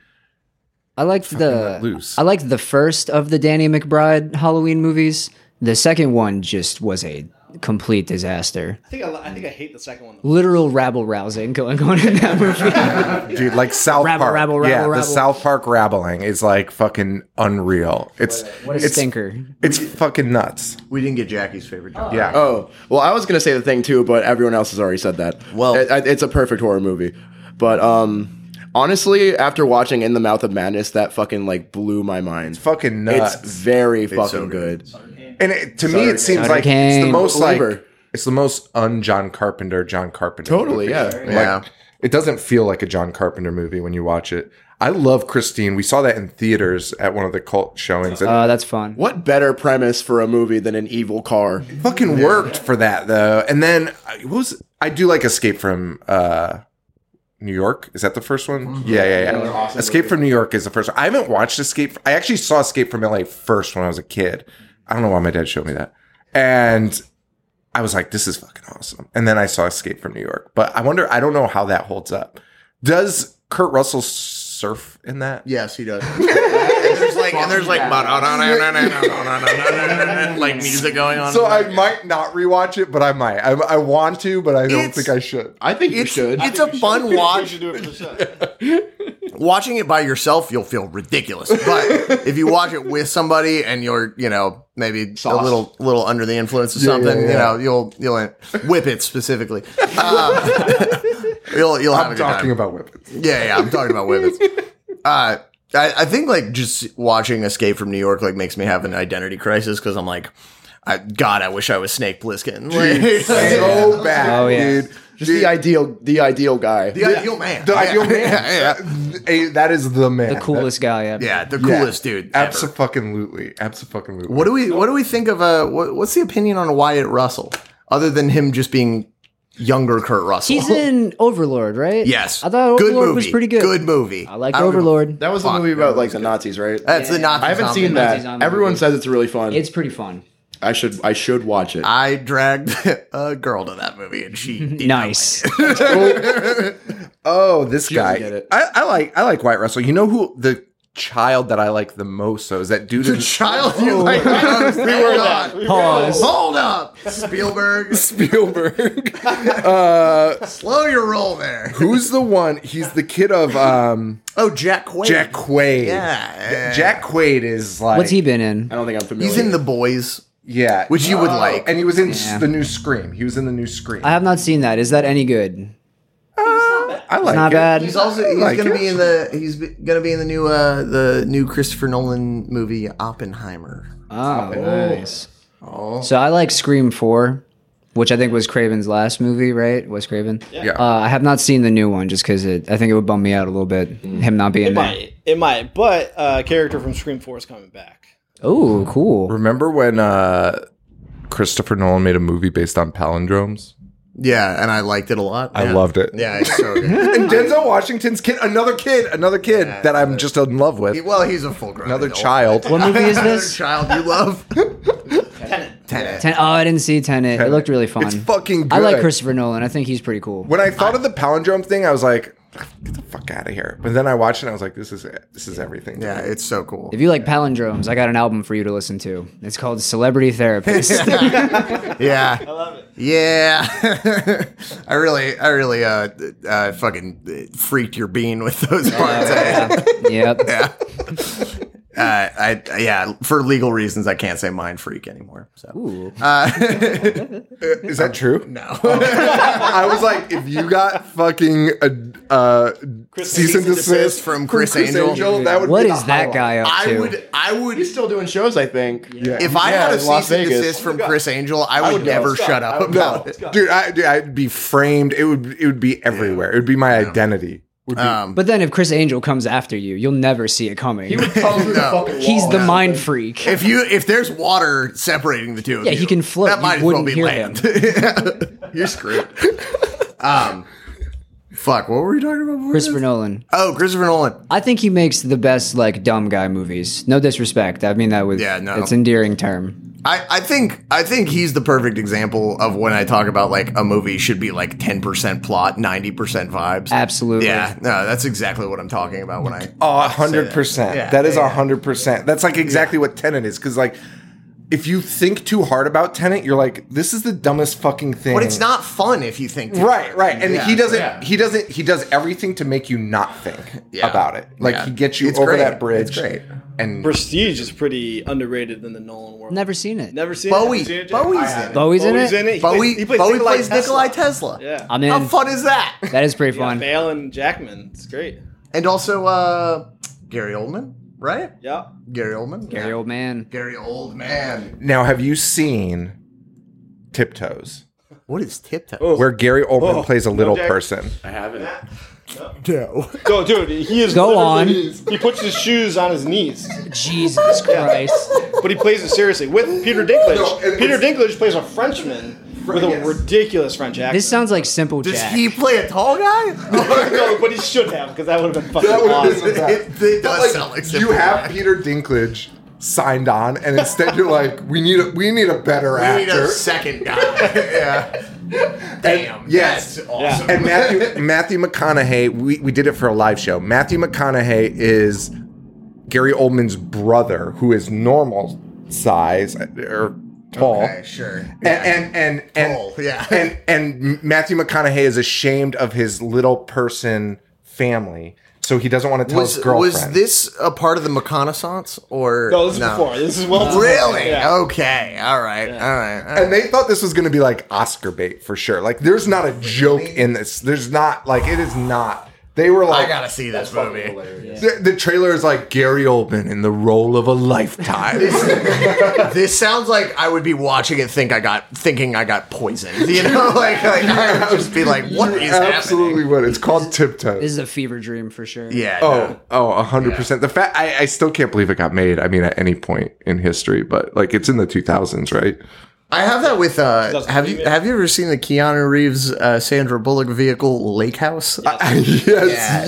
[SPEAKER 4] I liked the
[SPEAKER 2] loose.
[SPEAKER 4] I liked the first of the Danny McBride Halloween movies. The second one just was a complete disaster.
[SPEAKER 7] I think I, li- I think I hate the second one. Though.
[SPEAKER 4] Literal rabble rousing going on in that movie.
[SPEAKER 2] dude like South
[SPEAKER 4] Rabble,
[SPEAKER 2] Park.
[SPEAKER 4] rabble,
[SPEAKER 2] yeah,
[SPEAKER 4] rabble,
[SPEAKER 2] the
[SPEAKER 4] rabble.
[SPEAKER 2] South Park rabbling is like fucking unreal. It's
[SPEAKER 4] what a
[SPEAKER 2] it's,
[SPEAKER 4] stinker!
[SPEAKER 2] It's fucking nuts.
[SPEAKER 6] We didn't get Jackie's favorite. John.
[SPEAKER 2] Yeah.
[SPEAKER 5] Oh, well, I was gonna say the thing too, but everyone else has already said that.
[SPEAKER 6] Well-
[SPEAKER 5] It- it- it's a perfect horror movie. But um, honestly, after watching In the Mouth of Madness, that fucking like blew my mind.
[SPEAKER 2] Fucking nuts.
[SPEAKER 5] It's very fucking
[SPEAKER 6] so
[SPEAKER 5] good.
[SPEAKER 2] And it, to me, it seems
[SPEAKER 4] Sutter
[SPEAKER 2] like it's the
[SPEAKER 4] Kane.
[SPEAKER 2] most like
[SPEAKER 5] Believer.
[SPEAKER 2] it's the most un John Carpenter John Carpenter.
[SPEAKER 5] Totally,
[SPEAKER 2] movie.
[SPEAKER 5] yeah.
[SPEAKER 2] Like,
[SPEAKER 6] Yeah.
[SPEAKER 2] It doesn't feel like a John Carpenter movie when you watch it. I love Christine. We saw that in theaters at one of the cult showings. It
[SPEAKER 4] Uh, that's fun.
[SPEAKER 5] What better premise for a movie than an evil car?
[SPEAKER 2] fucking worked for that though. And then I- what was I do like Escape from uh New York. Is that the first one?
[SPEAKER 6] Mm-hmm.
[SPEAKER 2] Yeah, yeah, yeah. Escape from New York is the first one. I haven't watched Escape. I actually saw Escape from LA first when I was a kid. I don't know why my dad showed me that. And I was like, this is fucking awesome. And then I saw Escape from New York. But I wonder, I don't know how that holds up. Does Kurt Russell surf in that?
[SPEAKER 6] Yes, he does. and there's like and there's like like music going on.
[SPEAKER 2] So I might not rewatch it, but I might. I, I want to, but I don't
[SPEAKER 6] It's-
[SPEAKER 2] think I should.
[SPEAKER 5] I think you
[SPEAKER 6] It's,
[SPEAKER 5] should.
[SPEAKER 6] it's a fun watch. Watching it by yourself, you'll feel ridiculous. But if you watch it with somebody and you're, you know, maybe a
[SPEAKER 5] Sauce.
[SPEAKER 6] little, little under the influence of something, you know, you'll, you'll whip it specifically. Um, you'll, you'll have a
[SPEAKER 2] I'm
[SPEAKER 6] good time.
[SPEAKER 2] talking about weapons.
[SPEAKER 6] Yeah, yeah, I'm talking about women. Uh, I, I think like just watching Escape from New York like makes me have an identity crisis because I'm like, I, God, I wish I was Snake Plissken. Like,
[SPEAKER 2] so bad,
[SPEAKER 4] Oh, yeah.
[SPEAKER 2] dude.
[SPEAKER 5] Just the ideal, the ideal guy.
[SPEAKER 6] the ideal man.
[SPEAKER 2] The
[SPEAKER 6] Yeah,
[SPEAKER 2] ideal man.
[SPEAKER 6] Yeah, yeah.
[SPEAKER 2] Eh, that is the man.
[SPEAKER 4] The coolest guy ever.
[SPEAKER 6] Yeah, the
[SPEAKER 2] Yeah.
[SPEAKER 6] coolest dude. Ever.
[SPEAKER 2] Abso-fucking-lutely. Abso-fucking-lutely.
[SPEAKER 6] What do we What do we think of uh? What, what's the opinion on Wyatt Russell, other than him just being younger Kurt Russell?
[SPEAKER 4] He's in Overlord, right?
[SPEAKER 6] yes,
[SPEAKER 4] I thought
[SPEAKER 6] Good
[SPEAKER 4] Overlord
[SPEAKER 6] movie.
[SPEAKER 4] was pretty good.
[SPEAKER 6] Good movie.
[SPEAKER 4] I like
[SPEAKER 6] don't give a-
[SPEAKER 4] Overlord.
[SPEAKER 5] That was the
[SPEAKER 6] Fuck,
[SPEAKER 5] movie
[SPEAKER 6] that
[SPEAKER 5] about like the Nazis, right?
[SPEAKER 6] That's the Nazi.
[SPEAKER 5] I haven't
[SPEAKER 6] zombie
[SPEAKER 5] seen
[SPEAKER 6] movie.
[SPEAKER 5] that.
[SPEAKER 4] Nazi zombie
[SPEAKER 5] Everyone
[SPEAKER 4] movie.
[SPEAKER 5] says it's really fun.
[SPEAKER 4] It's pretty fun.
[SPEAKER 5] I should, I should watch it.
[SPEAKER 6] I dragged a girl to that movie, and she did not
[SPEAKER 4] Nice.
[SPEAKER 2] Oh, this guy.
[SPEAKER 5] get it.
[SPEAKER 2] I, I like I like White Russell. You know who the child that I like the most though is that dude
[SPEAKER 6] The
[SPEAKER 2] in-
[SPEAKER 6] child you like. Hold on.
[SPEAKER 4] Oh. Pause.
[SPEAKER 6] Hold up, Spielberg.
[SPEAKER 2] Spielberg.
[SPEAKER 6] Slow your roll there.
[SPEAKER 2] Who's the one? He's the kid of um
[SPEAKER 6] Oh, Jack Quaid.
[SPEAKER 2] Jack Quaid.
[SPEAKER 6] Yeah, yeah,
[SPEAKER 2] Jack Quaid is like
[SPEAKER 4] What's he been in?
[SPEAKER 5] I don't think I'm familiar.
[SPEAKER 6] He's in the boys,
[SPEAKER 2] Yeah. Oh,
[SPEAKER 6] which you would like.
[SPEAKER 2] and he was in
[SPEAKER 4] Yeah.
[SPEAKER 2] the new Scream. He was in the new Scream.
[SPEAKER 4] I have not seen that. Is that any good?
[SPEAKER 2] I like
[SPEAKER 4] not
[SPEAKER 2] it.
[SPEAKER 4] bad.
[SPEAKER 6] He's also he's
[SPEAKER 2] like
[SPEAKER 6] gonna
[SPEAKER 2] it.
[SPEAKER 6] be in the he's be- gonna be in the new uh the new Christopher Nolan movie Oppenheimer.
[SPEAKER 4] Oh, nice. So I like Scream 4, which I think was Craven's last movie, right? Was Craven?
[SPEAKER 2] Yeah.
[SPEAKER 4] Uh, I have not seen the new one just because I think it would bum me out a little bit, him not being
[SPEAKER 7] It
[SPEAKER 4] there.
[SPEAKER 7] might. It might. But uh, character from Scream Four is coming back.
[SPEAKER 4] Oh, cool.
[SPEAKER 9] Remember when uh, Christopher Nolan made a movie based on palindromes?
[SPEAKER 6] Yeah, and I liked it a lot.
[SPEAKER 9] I loved it.
[SPEAKER 6] Yeah, it's so good.
[SPEAKER 2] And Denzel Washington's kid, another kid, another kid that I'm just in love with.
[SPEAKER 6] well, he's a full grown
[SPEAKER 9] Another child.
[SPEAKER 4] What movie is
[SPEAKER 6] Another
[SPEAKER 4] this?
[SPEAKER 6] child you love. Tenet.
[SPEAKER 4] Ten- oh, I didn't see Tenet. It looked really fun.
[SPEAKER 9] It's fucking good.
[SPEAKER 4] I like Christopher Nolan. I think he's pretty cool.
[SPEAKER 9] When I thought of the palindrome thing, I was like, get the fuck out of here. But then I watched it and I was like, this is it. This is everything.
[SPEAKER 6] Yeah, it's so cool.
[SPEAKER 4] if you like palindromes, I got an album for you to listen to. It's called Celebrity Therapist.
[SPEAKER 6] Yeah. I love it. Yeah. I really, I really, uh, uh, fucking freaked your bean with those parts.
[SPEAKER 4] yep.
[SPEAKER 6] I, uh, I, yeah, for legal reasons, I can't say mind freak anymore. So.
[SPEAKER 4] Ooh.
[SPEAKER 9] Is that true? No. I was like, if you got fucking a uh, cease and desist
[SPEAKER 6] from Chris Angel.
[SPEAKER 9] that would
[SPEAKER 4] What
[SPEAKER 9] be the
[SPEAKER 4] is that
[SPEAKER 9] highlight.
[SPEAKER 4] guy up to?
[SPEAKER 6] I would, I would,
[SPEAKER 5] He's still doing shows, I think. Yeah.
[SPEAKER 6] if I had a
[SPEAKER 5] in Las
[SPEAKER 6] cease and
[SPEAKER 5] Vegas.
[SPEAKER 6] desist
[SPEAKER 2] Oh
[SPEAKER 6] from Chris Angel, I would, never shut up about
[SPEAKER 9] No,
[SPEAKER 6] it.
[SPEAKER 9] dude, I, dude, I'd be framed. It would, it would be everywhere. It would be my identity. Would be,
[SPEAKER 4] But then if Chris Angel comes after you, you'll never see it coming. he's the mind freak.
[SPEAKER 6] If you, if there's water separating the two of
[SPEAKER 4] Yeah,
[SPEAKER 6] you,
[SPEAKER 4] he can float.
[SPEAKER 6] That
[SPEAKER 4] You
[SPEAKER 6] might as well
[SPEAKER 4] wouldn't
[SPEAKER 6] be
[SPEAKER 4] hear
[SPEAKER 6] land. You're screwed. um, fuck. What were we talking about? before
[SPEAKER 4] Christopher
[SPEAKER 6] this?
[SPEAKER 4] Nolan.
[SPEAKER 6] Oh, Christopher Nolan.
[SPEAKER 4] I think he makes the best like dumb guy movies. No disrespect. I mean that with
[SPEAKER 6] Yeah, no.
[SPEAKER 4] it's endearing term.
[SPEAKER 6] I, I think I think he's the perfect example of when I talk about like a movie should be like ten percent plot, ninety percent vibes.
[SPEAKER 4] Absolutely.
[SPEAKER 6] Yeah, no, that's exactly what I'm talking about when I.
[SPEAKER 2] Oh, a hundred percent.
[SPEAKER 6] Yeah,
[SPEAKER 2] That is
[SPEAKER 6] yeah,
[SPEAKER 2] a
[SPEAKER 6] yeah.
[SPEAKER 2] hundred percent. That's like exactly what Tenant is. Because like, if you think too hard about Tenant, you're like, this is the dumbest fucking thing.
[SPEAKER 6] But it's not fun if you think. too
[SPEAKER 2] Right,
[SPEAKER 6] much.
[SPEAKER 2] right. And
[SPEAKER 6] Yeah.
[SPEAKER 2] he doesn't.
[SPEAKER 6] Yeah.
[SPEAKER 2] He doesn't. He does everything to make you not think
[SPEAKER 6] Yeah.
[SPEAKER 2] about it. Like
[SPEAKER 6] Yeah.
[SPEAKER 2] he gets you
[SPEAKER 6] It's
[SPEAKER 2] over
[SPEAKER 6] great.
[SPEAKER 2] that bridge.
[SPEAKER 6] It's great.
[SPEAKER 2] And
[SPEAKER 7] Prestige is pretty underrated in the Nolan world.
[SPEAKER 4] Never seen it.
[SPEAKER 7] Never seen
[SPEAKER 6] Bowie.
[SPEAKER 7] it. Seen it, Jay?
[SPEAKER 6] Bowie's in it.
[SPEAKER 4] Bowie's,
[SPEAKER 7] Bowie's
[SPEAKER 4] in it.
[SPEAKER 7] in it. He
[SPEAKER 6] Bowie.
[SPEAKER 7] plays, he plays
[SPEAKER 6] Bowie
[SPEAKER 7] Nikolai
[SPEAKER 6] plays
[SPEAKER 7] Tesla.
[SPEAKER 6] Nikolai Tesla.
[SPEAKER 7] Yeah.
[SPEAKER 4] I'm
[SPEAKER 6] How
[SPEAKER 4] in.
[SPEAKER 6] fun is that?
[SPEAKER 4] That is pretty
[SPEAKER 7] yeah
[SPEAKER 4] fun.
[SPEAKER 7] Bale and Jackman. It's great.
[SPEAKER 6] And also uh, Gary Oldman, right?
[SPEAKER 7] Yeah.
[SPEAKER 6] Gary Oldman.
[SPEAKER 4] Gary old man.
[SPEAKER 6] Gary Oldman.
[SPEAKER 2] now, have you seen Tiptoes,
[SPEAKER 6] What is tiptoe?
[SPEAKER 2] where Gary Oldman
[SPEAKER 7] Oh,
[SPEAKER 2] plays a little
[SPEAKER 7] Jack.
[SPEAKER 2] person?
[SPEAKER 5] I haven't.
[SPEAKER 6] No.
[SPEAKER 7] Go, dude. He is.
[SPEAKER 4] Go on.
[SPEAKER 7] literally- He puts his shoes on his knees,
[SPEAKER 4] Jesus Christ.
[SPEAKER 7] but he plays it seriously with Peter Dinklage. Peter Dinklage plays a Frenchman with a ridiculous French accent.
[SPEAKER 4] this sounds like simple
[SPEAKER 6] Does
[SPEAKER 4] Jack.
[SPEAKER 6] he play a tall guy?
[SPEAKER 7] no, but he should have because that would have been fucking
[SPEAKER 2] That would've been
[SPEAKER 7] awesome.
[SPEAKER 2] Yeah.
[SPEAKER 6] it, it
[SPEAKER 2] But,
[SPEAKER 6] does
[SPEAKER 2] like,
[SPEAKER 6] sound like
[SPEAKER 9] you
[SPEAKER 6] simple.
[SPEAKER 9] have Peter Dinklage signed on, and instead you're like, we need a, we need a better
[SPEAKER 6] We need
[SPEAKER 9] actor.
[SPEAKER 6] a second guy. yeah. Damn.
[SPEAKER 2] yes.
[SPEAKER 6] That's awesome.
[SPEAKER 2] and Matthew Matthew McConaughey, we, we did it for a live show. Matthew McConaughey is Gary Oldman's brother, who is normal size or tall.
[SPEAKER 6] Okay, sure.
[SPEAKER 2] And and and and,
[SPEAKER 6] Tall, yeah.
[SPEAKER 2] and and Matthew McConaughey is ashamed of his little person family, so he doesn't want to tell
[SPEAKER 6] Was,
[SPEAKER 2] his girlfriend.
[SPEAKER 6] was this a part of the reconnaissance or
[SPEAKER 7] No, this is before. This is well. before.
[SPEAKER 6] Really?
[SPEAKER 7] Yeah.
[SPEAKER 6] Okay. All right. All right. all
[SPEAKER 2] and they thought this was going to be like Oscar bait for sure. Like, there's not a joke in this. There's not like it is not. They were
[SPEAKER 6] I
[SPEAKER 2] like,
[SPEAKER 6] gotta see this movie.
[SPEAKER 2] The, the trailer is like Gary Oldman in the role of a lifetime.
[SPEAKER 6] This sounds like I would be watching it, think I got thinking I got poisoned. You know, like, like I would just be like, what is
[SPEAKER 2] Absolutely, what it's called
[SPEAKER 4] This
[SPEAKER 2] tiptoes.
[SPEAKER 4] is a fever dream for sure.
[SPEAKER 6] happening? Yeah. no.
[SPEAKER 9] Oh, oh, hundred percent. The fact I, I still can't believe it got made. I mean, at any point in history, but like it's in the two thousands, right?
[SPEAKER 6] I have that with. uh
[SPEAKER 7] Doesn't
[SPEAKER 6] Have you
[SPEAKER 7] mean it.
[SPEAKER 6] have you ever seen the Keanu Reeves uh, Sandra Bullock vehicle Lake House?
[SPEAKER 9] yes,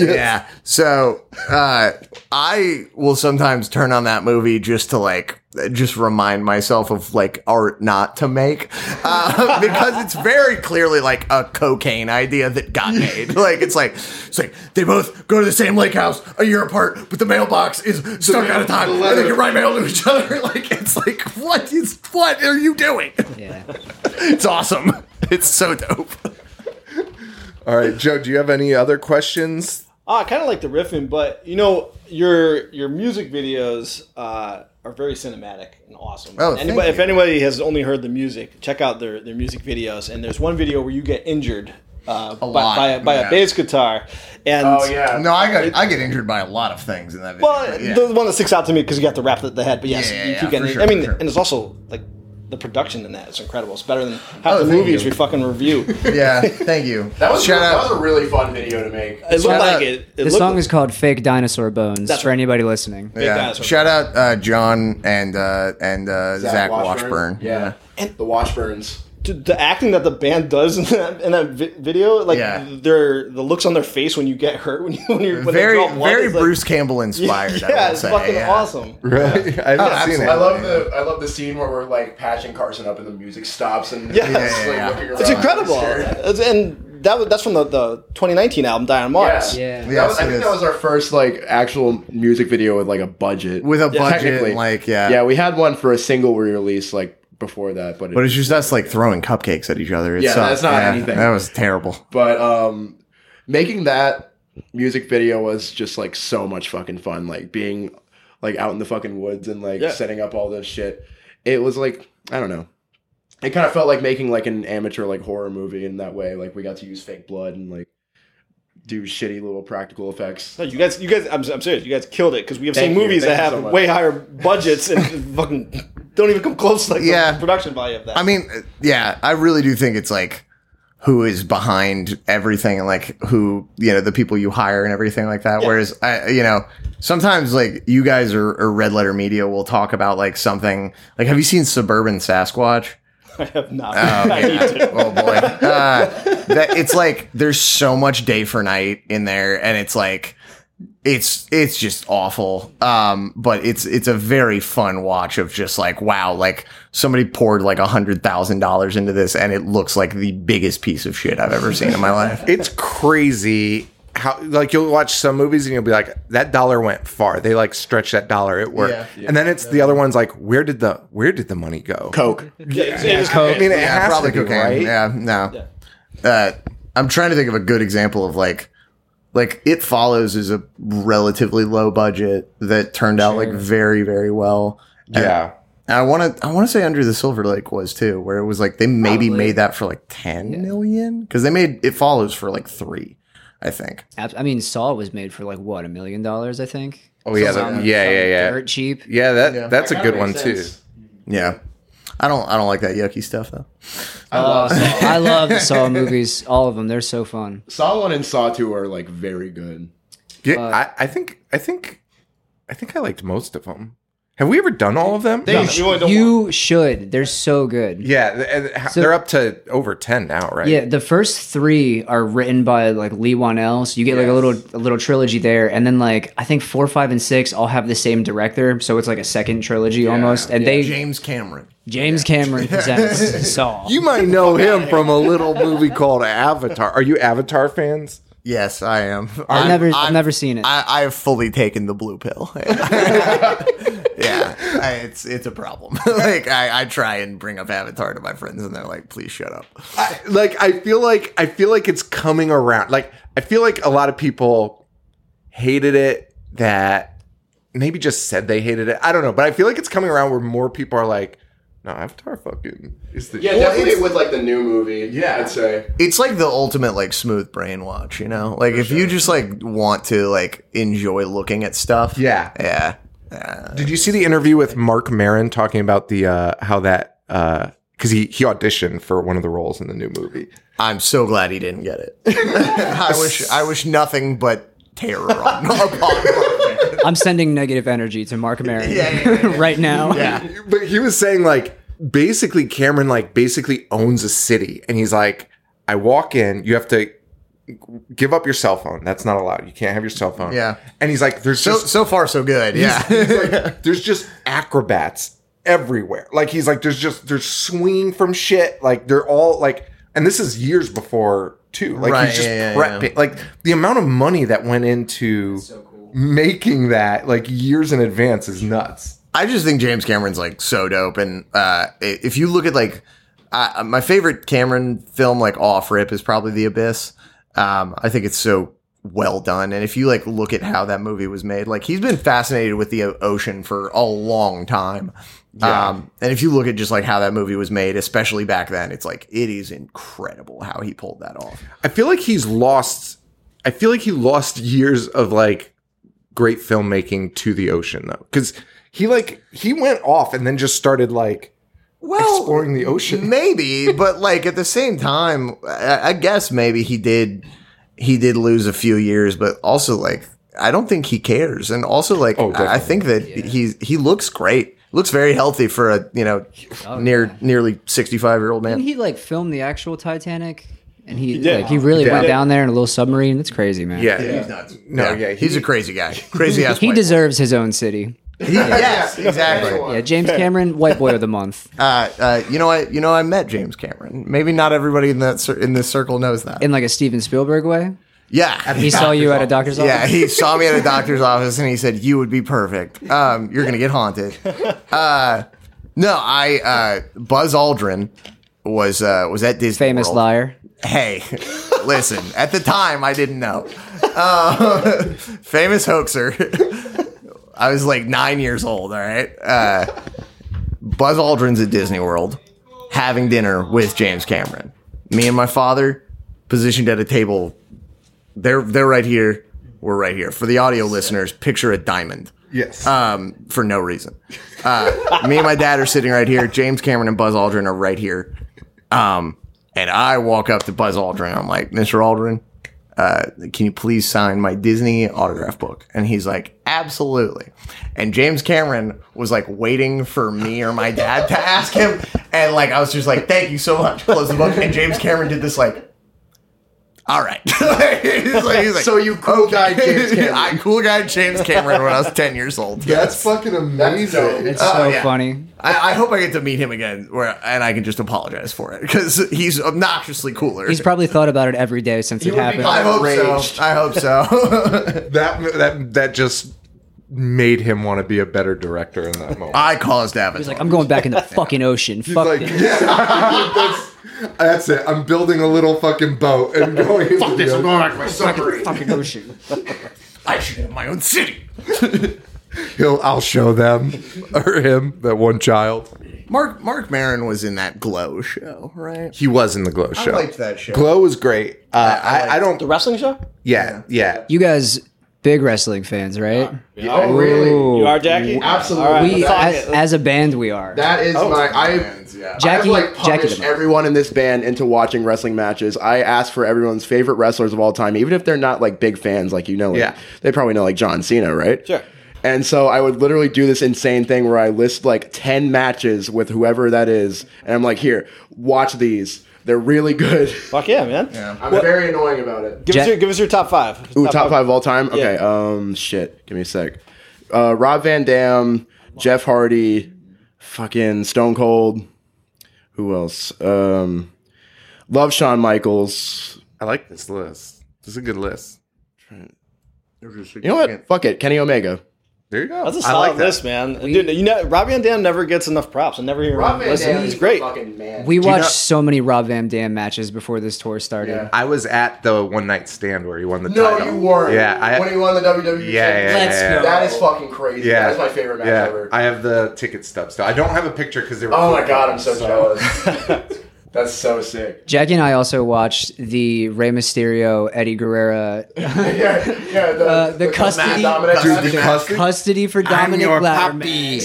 [SPEAKER 6] yeah, yeah. So uh, I will sometimes turn on that movie just to like just remind myself of like art not to make uh, because it's very clearly like a cocaine idea that got made. Like it's like it's like they both go to the same lake house a year apart, but the mailbox is stuck out of time, and they can write mail to each other. Like it's like what is what are you doing?
[SPEAKER 4] Yeah.
[SPEAKER 6] It's awesome. It's so dope.
[SPEAKER 9] All right, Joe. Do you have any other questions?
[SPEAKER 7] Ah, I kind of like the riffing, but you know your your music videos uh, are very cinematic and awesome.
[SPEAKER 6] Oh, thank
[SPEAKER 7] anybody,
[SPEAKER 6] you.
[SPEAKER 7] if anybody has only heard the music, check out their their music videos. And there's one video where you get injured uh, by,
[SPEAKER 6] lot,
[SPEAKER 7] by, a, by
[SPEAKER 6] yeah.
[SPEAKER 7] a bass guitar. And
[SPEAKER 6] No, I got I get injured by a lot of things in that video.
[SPEAKER 7] Well,
[SPEAKER 6] but yeah.
[SPEAKER 7] the one that sticks out to me because you got to wrap the, the head, but yes,
[SPEAKER 6] Yeah, yeah,
[SPEAKER 7] you
[SPEAKER 6] yeah,
[SPEAKER 7] keep
[SPEAKER 6] for
[SPEAKER 7] getting.
[SPEAKER 6] sure,
[SPEAKER 7] I mean,
[SPEAKER 6] for sure.
[SPEAKER 7] and it's also like the production in that is incredible. It's better than half the
[SPEAKER 6] Oh, thank
[SPEAKER 7] movies
[SPEAKER 6] you.
[SPEAKER 7] we fucking review. it
[SPEAKER 6] yeah, thank you.
[SPEAKER 5] That was,
[SPEAKER 6] shout
[SPEAKER 5] that
[SPEAKER 6] out.
[SPEAKER 5] was a really fun video to make.
[SPEAKER 7] looked
[SPEAKER 3] out.
[SPEAKER 7] like it. it
[SPEAKER 4] This
[SPEAKER 7] looked
[SPEAKER 4] song
[SPEAKER 7] like-
[SPEAKER 4] is called Fake Dinosaur Bones
[SPEAKER 7] That's
[SPEAKER 4] for
[SPEAKER 7] right.
[SPEAKER 4] anybody listening.
[SPEAKER 7] Big
[SPEAKER 6] Yeah.
[SPEAKER 7] dinosaur.
[SPEAKER 6] Shout out uh, John and uh, and uh, Zach, Washburn.
[SPEAKER 5] Yeah.
[SPEAKER 7] And-
[SPEAKER 5] the Washburns.
[SPEAKER 7] Dude, the acting that the band does in that, in that vi- video, like
[SPEAKER 6] Yeah.
[SPEAKER 7] their the looks on their face when you get hurt, when you when you're when they
[SPEAKER 6] Very
[SPEAKER 7] draw blood,
[SPEAKER 6] very
[SPEAKER 7] it's like-
[SPEAKER 6] Bruce Campbell inspired.
[SPEAKER 7] Yeah,
[SPEAKER 6] I would
[SPEAKER 7] it's
[SPEAKER 6] say.
[SPEAKER 7] fucking
[SPEAKER 6] yeah.
[SPEAKER 7] awesome.
[SPEAKER 2] Really? I've not seen
[SPEAKER 6] absolutely.
[SPEAKER 2] it.
[SPEAKER 5] I love the I love the scene where we're like patching Carson up and the music stops and
[SPEAKER 7] Yeah.
[SPEAKER 5] he's, like,
[SPEAKER 6] Yeah, yeah, yeah.
[SPEAKER 5] looking around.
[SPEAKER 7] It's incredible,
[SPEAKER 5] Scared.
[SPEAKER 7] It's- and that was, that's from the, the 2019 album Die on Mars.
[SPEAKER 4] Yeah.
[SPEAKER 5] That was-
[SPEAKER 6] Yes,
[SPEAKER 5] I
[SPEAKER 6] it
[SPEAKER 5] think
[SPEAKER 6] is.
[SPEAKER 5] that was our first like actual music video with like a budget.
[SPEAKER 6] With a
[SPEAKER 5] Yeah,
[SPEAKER 6] budget,
[SPEAKER 5] technically.
[SPEAKER 6] and like yeah,
[SPEAKER 5] yeah, we had one for a single we released like before that, but it,
[SPEAKER 6] But it's just us like throwing cupcakes at each other. It
[SPEAKER 5] Yeah,
[SPEAKER 6] sucked.
[SPEAKER 5] that's not anything.
[SPEAKER 6] That was terrible.
[SPEAKER 5] but um making that music video was just like so much fucking fun like being like out in the fucking woods and like
[SPEAKER 7] Yeah.
[SPEAKER 5] setting up all this shit it was like i don't know it kind of felt like making like an amateur like horror movie in that way like we got to use fake blood and like do shitty little practical effects
[SPEAKER 7] No, you guys, you guys, I'm, I'm serious. You guys killed it because we have
[SPEAKER 5] Thank
[SPEAKER 7] seen
[SPEAKER 5] you,
[SPEAKER 7] movies
[SPEAKER 5] thank you
[SPEAKER 7] that have
[SPEAKER 5] so much.
[SPEAKER 7] way higher budgets and fucking don't even come close to like
[SPEAKER 6] Yeah.
[SPEAKER 7] the production value of that.
[SPEAKER 6] I mean, uh, yeah, I really do think it's like who is behind everything and like who, you know, the people you hire and everything like that. Whereas I, you know, sometimes like you guys or, or Red Letter Media will talk about like something like, have you seen Suburban Sasquatch?
[SPEAKER 7] I have not.
[SPEAKER 6] Oh,
[SPEAKER 7] I need
[SPEAKER 6] yeah.
[SPEAKER 7] to.
[SPEAKER 6] oh boy. Uh, that it's like there's so much day for night in there, and it's like it's it's just awful. Um, but it's it's a very fun watch of just like wow, like somebody poured like a hundred thousand dollars into this, and it looks like the biggest piece of shit I've ever seen in my life.
[SPEAKER 2] it's crazy how like you'll watch some movies and you'll be like that dollar went far they like stretch that dollar it worked and then it's the other ones like where did the where did the money go
[SPEAKER 5] coke
[SPEAKER 7] Yeah, it's- it's-
[SPEAKER 2] i mean it has
[SPEAKER 6] probably
[SPEAKER 2] to be,
[SPEAKER 6] cocaine.
[SPEAKER 2] right?
[SPEAKER 6] Yeah, no. Uh, I'm trying to think of a good example of like, like it follows is a relatively low budget that turned out like very very well. And-
[SPEAKER 2] Yeah.
[SPEAKER 6] and I want to I want to say Under the Silver Lake was too, where it was like they maybe made that for like ten million because they made it follows for like three, I think.
[SPEAKER 4] Ab- I mean, Saw was made for like what a million dollars, I think.
[SPEAKER 2] oh yeah that-
[SPEAKER 4] Something-
[SPEAKER 2] yeah yeah
[SPEAKER 4] something
[SPEAKER 2] yeah
[SPEAKER 4] Dirt cheap.
[SPEAKER 2] yeah that that's a
[SPEAKER 5] That
[SPEAKER 2] good one
[SPEAKER 5] makes sense.
[SPEAKER 2] too
[SPEAKER 6] Yeah, I don't I don't like that yucky stuff though.
[SPEAKER 4] I love the Saw movies, all of them. They're so fun.
[SPEAKER 5] saw one and saw two are like very good
[SPEAKER 2] yeah I, I think i think i think i liked most of them have we ever done all of them
[SPEAKER 7] They- we only don't want-
[SPEAKER 4] You should. They're so good.
[SPEAKER 2] yeah th- and h-
[SPEAKER 4] So-
[SPEAKER 2] they're up to over 10 now right
[SPEAKER 4] Yeah, the first three are written by like Lee Wanell, so you get like a little a little trilogy there, and then like I think four, five, and six all have the same director, so it's like a second trilogy almost. And they
[SPEAKER 6] James Cameron.
[SPEAKER 4] James Cameron presents Saw.
[SPEAKER 2] you might know him from a little movie called avatar are you avatar fans
[SPEAKER 6] Yes, I am.
[SPEAKER 4] I've never I've, never seen it.
[SPEAKER 6] I, I have fully taken the blue pill. yeah, I, it's it's a problem. like I, I try and bring up Avatar to my friends, and they're like, "Please shut up."
[SPEAKER 2] I- like I feel like I feel like it's coming around. Like I feel like a lot of people hated it that maybe just said they hated it. I don't know, but I feel like it's coming around where more people are like, "No, Avatar fucking is the
[SPEAKER 5] yeah definitely with like the new movie yeah i'd say
[SPEAKER 6] It's like the ultimate like smooth brain watch, you know. Like if you just like want to like enjoy looking at stuff.
[SPEAKER 2] Yeah.
[SPEAKER 6] yeah.
[SPEAKER 2] Did you see the interview with Mark Maron talking about the uh how that uh because he he auditioned for one of the roles in the new movie.
[SPEAKER 6] I'm so glad he didn't get it. I wish I wish nothing but terror on upon him.
[SPEAKER 4] I'm sending negative energy to Mark Maron right now.
[SPEAKER 2] But he was saying like basically Cameron like basically owns a city and he's like I walk in, you have to give up your cell phone. That's not allowed. You can't have your cell phone.
[SPEAKER 6] Yeah.
[SPEAKER 2] And he's like there's
[SPEAKER 6] So
[SPEAKER 2] just
[SPEAKER 6] so far so good. Yeah.
[SPEAKER 2] there's just acrobats everywhere. Like he's like there's just there's swinging from shit. Like they're all like and this is years before too. Like
[SPEAKER 6] Right,
[SPEAKER 2] he's just
[SPEAKER 6] yeah, yeah,
[SPEAKER 2] prepping. Like the amount of money that went into making that like years in advance is nuts.
[SPEAKER 6] I just think James Cameron's like so dope, and uh, i- if you look at like uh, my favorite Cameron film, like off rip, is probably The Abyss. Um, I think it's so well done, and if you like look at how that movie was made, like he's been fascinated with the o- ocean for a long time, Um, and if you look at just like how that movie was made, especially back then, it's like it is incredible how he pulled that off.
[SPEAKER 2] I feel like he's lost. I feel like he lost years of like great filmmaking to the ocean though, because he like he went off and then just started like exploring the ocean.
[SPEAKER 6] maybe but like at the same time I, I guess maybe he did he did lose a few years but also like i don't think he cares and also like
[SPEAKER 2] Oh,
[SPEAKER 6] I, I think that he's he looks great looks very healthy for a you know near nearly 65 year old
[SPEAKER 4] Didn't
[SPEAKER 6] man
[SPEAKER 4] he like film the actual Titanic? And he
[SPEAKER 7] did.
[SPEAKER 4] like he really
[SPEAKER 2] Yeah.
[SPEAKER 4] went down there in a little submarine. That's crazy, man.
[SPEAKER 2] Yeah,
[SPEAKER 6] no
[SPEAKER 2] yeah,
[SPEAKER 6] he's a crazy guy crazy ass
[SPEAKER 4] He
[SPEAKER 6] white
[SPEAKER 4] deserves his own city.
[SPEAKER 6] boy. yes exactly
[SPEAKER 4] Yeah, James Cameron, white boy of the month.
[SPEAKER 6] uh, uh, you know i you know i met james cameron maybe not everybody in that cir- in this circle knows that
[SPEAKER 4] In like a Steven Spielberg way.
[SPEAKER 6] yeah
[SPEAKER 4] He saw you at a doctor's office.
[SPEAKER 6] Yeah, he saw me at a doctor's office and he said, "You would be perfect. Um, you're gonna get haunted." Uh, no, I uh, Buzz Aldrin was uh, was at Disney.
[SPEAKER 4] Famous
[SPEAKER 6] World.
[SPEAKER 4] liar.
[SPEAKER 6] Hey, listen. At the time, I didn't know. Uh, famous hoaxer. I was like nine years old. All right. Uh, Buzz Aldrin's at Disney World having dinner with James Cameron. Me and my father positioned at a table. They're they're right here. We're right here. For the audio listeners, picture a diamond
[SPEAKER 2] yes.
[SPEAKER 6] um, for no reason. Uh, me and my dad are sitting right here. James Cameron and Buzz Aldrin are right here. Um, and I walk up to Buzz Aldrin. I'm like, Mr. Aldrin, uh, can you please sign my Disney autograph book? And he's like, absolutely. And James Cameron was like waiting for me or my dad to ask him. And like, I was just like, thank you so much. Close the book. And James Cameron did this like, all right. He's like- he's like,
[SPEAKER 5] So you cool guy James Cameron.
[SPEAKER 6] I cool guy James Cameron when I was 10 years old.
[SPEAKER 2] that's fucking amazing.
[SPEAKER 4] It's
[SPEAKER 6] Oh,
[SPEAKER 4] so
[SPEAKER 6] yeah.
[SPEAKER 4] funny.
[SPEAKER 6] I, I hope I get to meet him again where and I can just apologize for it because he's obnoxiously cooler.
[SPEAKER 4] He's probably thought about it every day since it happened.
[SPEAKER 6] I hope
[SPEAKER 5] outraged.
[SPEAKER 6] so. I hope so.
[SPEAKER 2] that that that just made him want to be a better director in that moment.
[SPEAKER 6] I caused Avatar.
[SPEAKER 4] He's like, I'm going back in the fucking ocean. Fuck
[SPEAKER 2] like,
[SPEAKER 4] this.
[SPEAKER 2] yeah, that's, that's it. I'm building a little fucking boat and going. into the ocean.
[SPEAKER 4] fucking ocean.
[SPEAKER 6] I should have my own city.
[SPEAKER 2] He'll, I'll show them or him that one child.
[SPEAKER 6] Mark Mark Maron was in that Glow show, right?
[SPEAKER 2] He was in the Glow
[SPEAKER 6] I
[SPEAKER 2] show.
[SPEAKER 6] liked that show.
[SPEAKER 2] Glow was great. Uh,
[SPEAKER 6] I
[SPEAKER 2] I, I,
[SPEAKER 6] liked-
[SPEAKER 2] don't.
[SPEAKER 7] The wrestling show?
[SPEAKER 2] Yeah, yeah.
[SPEAKER 4] You guys, big wrestling fans, right?
[SPEAKER 5] Oh, really?
[SPEAKER 4] Ooh.
[SPEAKER 7] You are Jackie?
[SPEAKER 5] Absolutely.
[SPEAKER 7] All right,
[SPEAKER 4] we,
[SPEAKER 7] let's talk
[SPEAKER 4] as,
[SPEAKER 7] it.
[SPEAKER 4] as a band, we are.
[SPEAKER 5] That is my. I
[SPEAKER 6] Fans, yeah.
[SPEAKER 4] Jackie,
[SPEAKER 5] I've like
[SPEAKER 4] Jackie
[SPEAKER 5] punished
[SPEAKER 4] the Butler.
[SPEAKER 5] everyone in this band into watching wrestling matches. I ask for everyone's favorite wrestlers of all time, even if they're not like big fans, like you know, like,
[SPEAKER 2] Yeah.
[SPEAKER 5] they probably know like John Cena, right?
[SPEAKER 7] Sure.
[SPEAKER 5] And so I would literally do this insane thing where I list like ten matches with whoever that is, and I'm like, here, watch these. They're really good.
[SPEAKER 7] Fuck yeah, man.
[SPEAKER 5] I'm very annoying about it.
[SPEAKER 7] Give,
[SPEAKER 4] Ja-
[SPEAKER 7] us your, give us your top five.
[SPEAKER 5] Ooh, top, five of all time. Okay,
[SPEAKER 7] Yeah.
[SPEAKER 5] um, shit. Give me a sec. Uh, Rob Van Dam, Jeff Hardy, fucking Stone Cold. Who else? Um, love Shawn Michaels.
[SPEAKER 2] I like this list. This is a good list.
[SPEAKER 5] You know what? Fuck it. Kenny Omega.
[SPEAKER 2] There you go.
[SPEAKER 7] That's a solid list, man. Dude, you know, Robbie Van Dam never gets enough props. I never hear him listen. He's great.
[SPEAKER 5] man.
[SPEAKER 4] We watched so many Rob Van Dam matches before this tour started.
[SPEAKER 5] Yeah.
[SPEAKER 2] I was at the one night stand where he won the
[SPEAKER 5] no,
[SPEAKER 2] title.
[SPEAKER 5] you weren't.
[SPEAKER 2] Yeah, I,
[SPEAKER 5] when he won the
[SPEAKER 2] Yeah,
[SPEAKER 5] WWE.
[SPEAKER 2] yeah,
[SPEAKER 5] championship.
[SPEAKER 2] yeah, yeah.
[SPEAKER 5] That is fucking crazy.
[SPEAKER 2] yeah,
[SPEAKER 5] That is my favorite match
[SPEAKER 2] yeah.
[SPEAKER 5] ever.
[SPEAKER 2] I have the ticket stub still. I don't have a picture because they were.
[SPEAKER 5] oh my god, I'm so jealous. That's so sick.
[SPEAKER 4] Jackie and I also watched the Rey Mysterio Eddie Guerrero
[SPEAKER 5] Yeah, yeah. The,
[SPEAKER 4] uh, the custody
[SPEAKER 5] Dominic
[SPEAKER 2] Dude, the
[SPEAKER 5] Dominic-
[SPEAKER 2] custody-
[SPEAKER 4] custody for Dominic Bladder match.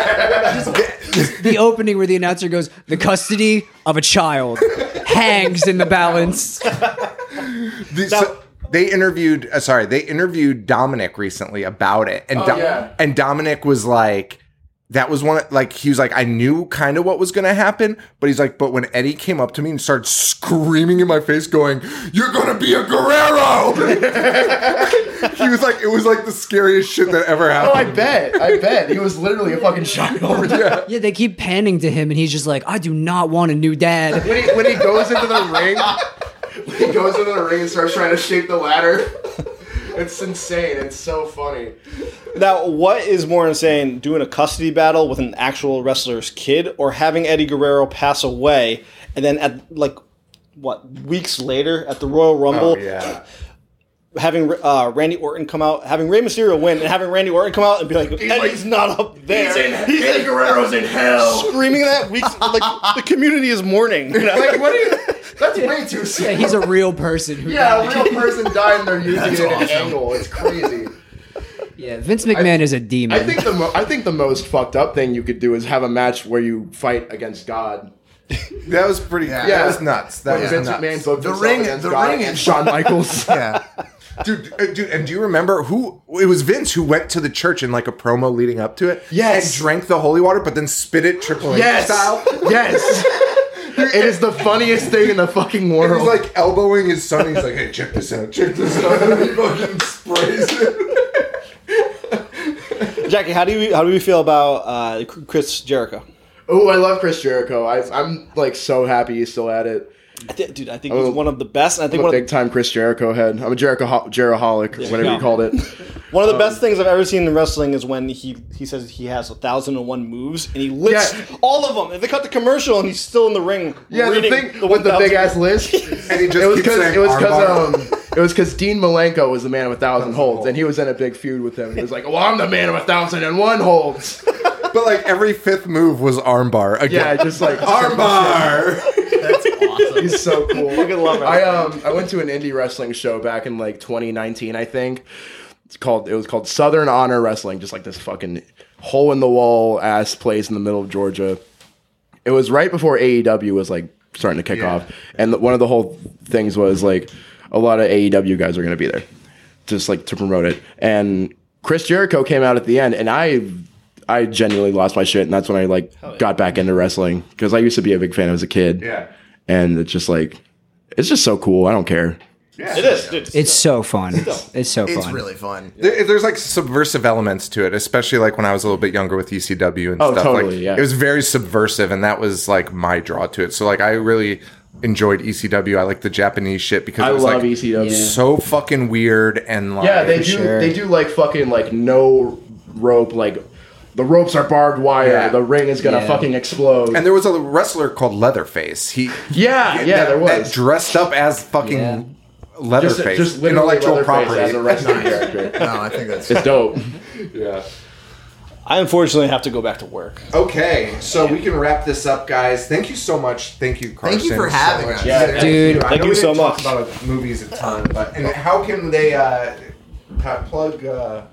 [SPEAKER 4] The opening where the announcer goes, "The custody of a child hangs in the balance."
[SPEAKER 2] The- so they interviewed. Uh, sorry, they interviewed Dominic recently about it, and Do-
[SPEAKER 5] Oh, yeah.
[SPEAKER 2] and Dominic was like, that was one. Like he was like, I knew kind of what was going to happen, but he's like, but when Eddie came up to me and started screaming in my face, going, "You're gonna be a Guerrero," he was like, it was like the scariest shit that ever
[SPEAKER 5] Oh, I
[SPEAKER 2] happened.
[SPEAKER 5] bet. I bet. He was literally a fucking child. yeah.
[SPEAKER 4] Yeah, they keep panning to him, and he's just like, "I do not want a new dad."
[SPEAKER 5] When he, when he goes into the ring, when he goes into the ring and starts trying to shake the ladder. It's insane. It's so funny.
[SPEAKER 7] Now, what is more insane, doing a custody battle with an actual wrestler's kid or having Eddie Guerrero pass away and then at like what weeks later at the Royal Rumble,
[SPEAKER 2] yeah.
[SPEAKER 7] having uh, Randy Orton come out, having Rey Mysterio win, and having Randy Orton come out and be like, and
[SPEAKER 5] like,
[SPEAKER 7] he's not up there.
[SPEAKER 5] Eddie Guerrero's in hell.
[SPEAKER 7] screaming that. We, like the community is mourning. you know?
[SPEAKER 5] Like, what are you? That's way too soon.
[SPEAKER 4] Yeah, he's a real person. Who
[SPEAKER 5] Yeah, a real person died and they're using it at an angle. It's crazy.
[SPEAKER 4] yeah. Vince McMahon is a demon.
[SPEAKER 5] I think the mo- I think the most fucked up thing you could do is have a match where you fight against God.
[SPEAKER 2] That was pretty. Yeah, that was nuts. That
[SPEAKER 5] When
[SPEAKER 2] was
[SPEAKER 5] Vince
[SPEAKER 2] nuts.
[SPEAKER 5] McMahon booked
[SPEAKER 2] the
[SPEAKER 5] himself
[SPEAKER 2] ring,
[SPEAKER 5] against
[SPEAKER 2] the
[SPEAKER 5] God
[SPEAKER 2] ring,
[SPEAKER 5] and Shawn Michaels.
[SPEAKER 2] yeah. Dude, uh, dude, and do you remember who it was? Vince who went to the church in like a promo leading up to it,
[SPEAKER 5] Yes.
[SPEAKER 2] and drank the holy water, but then spit it Triple H
[SPEAKER 5] Yes.
[SPEAKER 2] style.
[SPEAKER 5] yes. It is the funniest thing in the fucking
[SPEAKER 2] And
[SPEAKER 5] world.
[SPEAKER 2] he's like elbowing his son. He's like, "Hey, check this out, check this out." And he fucking sprays it.
[SPEAKER 7] Jackie, how do you how do we feel about uh, Chris Jericho?
[SPEAKER 5] oh, I love Chris Jericho. I, I'm like so happy he's still at it.
[SPEAKER 7] I thi- dude, I think he's one of the best. And I think
[SPEAKER 5] I'm a
[SPEAKER 7] one
[SPEAKER 5] big
[SPEAKER 7] of,
[SPEAKER 5] time Chris Jericho head. I'm a Jericho Jeroholic, or whatever
[SPEAKER 7] Yeah.
[SPEAKER 5] you called it.
[SPEAKER 7] one of the best things I've ever seen in wrestling is when he he says he has a thousand and one moves and he lists
[SPEAKER 5] Yeah.
[SPEAKER 7] all of them. And they cut the commercial and he's still in the ring.
[SPEAKER 5] Yeah, the
[SPEAKER 7] reading
[SPEAKER 5] thing with the
[SPEAKER 7] 1,000
[SPEAKER 5] big ass list.
[SPEAKER 2] And he just
[SPEAKER 5] it was
[SPEAKER 2] keeps
[SPEAKER 5] because
[SPEAKER 2] saying,
[SPEAKER 5] it was because
[SPEAKER 2] "Armbar."
[SPEAKER 5] um, it was because Dean Malenko was the man of a thousand holds, and he was in a big feud with him. And he was like, "Well, I'm the man of a thousand and one holds."
[SPEAKER 2] But like every fifth move was armbar.
[SPEAKER 5] Yeah,
[SPEAKER 2] Again.
[SPEAKER 5] just like
[SPEAKER 2] armbar.
[SPEAKER 10] That's awesome.
[SPEAKER 5] He's so cool.
[SPEAKER 7] Fucking love
[SPEAKER 5] I
[SPEAKER 7] wrestling.
[SPEAKER 5] um I went to an indie wrestling show back in like 2019, I think. It's called it was called Southern Honor Wrestling, just like this fucking hole in the wall ass place in the middle of Georgia. It was right before AEW was like starting to kick off, and the, one of the whole things was like a lot of AEW guys are going to be there, just like to promote it. And Chris Jericho came out at the end, and I. I genuinely lost my shit, and that's when I like got back into wrestling because I used to be a big fan as a kid
[SPEAKER 2] yeah.
[SPEAKER 5] and it's just like it's just so cool. I don't care.
[SPEAKER 7] It is, dude.
[SPEAKER 4] it's so fun. It's so
[SPEAKER 6] It's
[SPEAKER 4] fun.
[SPEAKER 6] really fun.
[SPEAKER 2] There, there's like subversive elements to it, especially like when I was a little bit younger with ECW and
[SPEAKER 5] Oh,
[SPEAKER 2] stuff.
[SPEAKER 5] totally,
[SPEAKER 2] like,
[SPEAKER 5] yeah.
[SPEAKER 2] It was very subversive, and that was like my draw to it. So like I really enjoyed ECW. I like the Japanese shit because
[SPEAKER 5] I
[SPEAKER 2] it was
[SPEAKER 5] love E
[SPEAKER 2] like
[SPEAKER 5] ECW. Yeah,
[SPEAKER 2] so fucking weird and like
[SPEAKER 5] they do. They do like fucking like no rope. Like the ropes are barbed wire.
[SPEAKER 2] Yeah.
[SPEAKER 5] The ring is gonna
[SPEAKER 4] Yeah.
[SPEAKER 5] fucking explode.
[SPEAKER 2] And there was a wrestler called Leatherface. He
[SPEAKER 5] yeah,
[SPEAKER 2] that-
[SPEAKER 5] yeah, there
[SPEAKER 2] that
[SPEAKER 5] was
[SPEAKER 2] dressed up as fucking
[SPEAKER 4] Yeah.
[SPEAKER 5] just,
[SPEAKER 2] Leatherface,
[SPEAKER 5] just literally
[SPEAKER 2] intellectual
[SPEAKER 5] Leatherface
[SPEAKER 2] property.
[SPEAKER 5] as a wrestling character.
[SPEAKER 6] No, I think that's
[SPEAKER 5] It's dope.
[SPEAKER 7] I unfortunately have to go back to work.
[SPEAKER 2] Okay, so we can wrap this up, guys. Thank you so much. Thank you, Carson.
[SPEAKER 6] Thank you for
[SPEAKER 2] so
[SPEAKER 6] having
[SPEAKER 2] much.
[SPEAKER 6] us.
[SPEAKER 7] Yeah,
[SPEAKER 4] Dude.
[SPEAKER 2] I
[SPEAKER 7] Thank
[SPEAKER 2] know
[SPEAKER 7] you
[SPEAKER 2] we
[SPEAKER 7] so
[SPEAKER 2] didn't talk
[SPEAKER 7] much.
[SPEAKER 2] About movies a ton, but and how can they uh, uh, plug? Uh,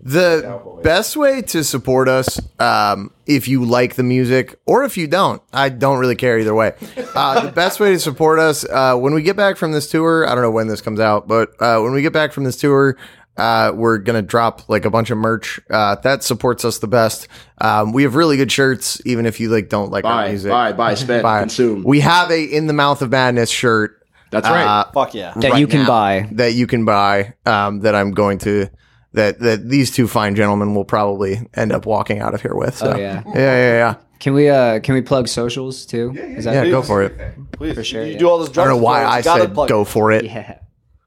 [SPEAKER 6] The best way to support us, um, if you like the music or if you don't, I don't really care either way. Uh, the best way to support us uh, when we get back from this tour, I don't know when this comes out, but uh, when we get back from this tour, uh, we're gonna drop like a bunch of merch uh, that supports us the best. Um, we have really good shirts, even if you like don't like our
[SPEAKER 5] Buy,
[SPEAKER 6] music.
[SPEAKER 5] buy, buy, spend,
[SPEAKER 6] Buy.
[SPEAKER 5] consume.
[SPEAKER 6] We have a in the mouth of madness shirt uh,
[SPEAKER 5] That's right.
[SPEAKER 7] Fuck yeah.
[SPEAKER 4] That you can
[SPEAKER 6] now
[SPEAKER 4] buy.
[SPEAKER 6] that you can buy um, that I'm going to that that these two fine gentlemen will probably end up walking out of here with. So.
[SPEAKER 4] Oh, yeah.
[SPEAKER 6] yeah, yeah, yeah.
[SPEAKER 4] Can we uh can we plug socials too? Is that
[SPEAKER 6] Yeah, go for it. I
[SPEAKER 7] Please. For
[SPEAKER 4] sure,
[SPEAKER 7] You
[SPEAKER 4] yeah.
[SPEAKER 7] do all this
[SPEAKER 6] don't know why I said go for it.
[SPEAKER 4] Yeah.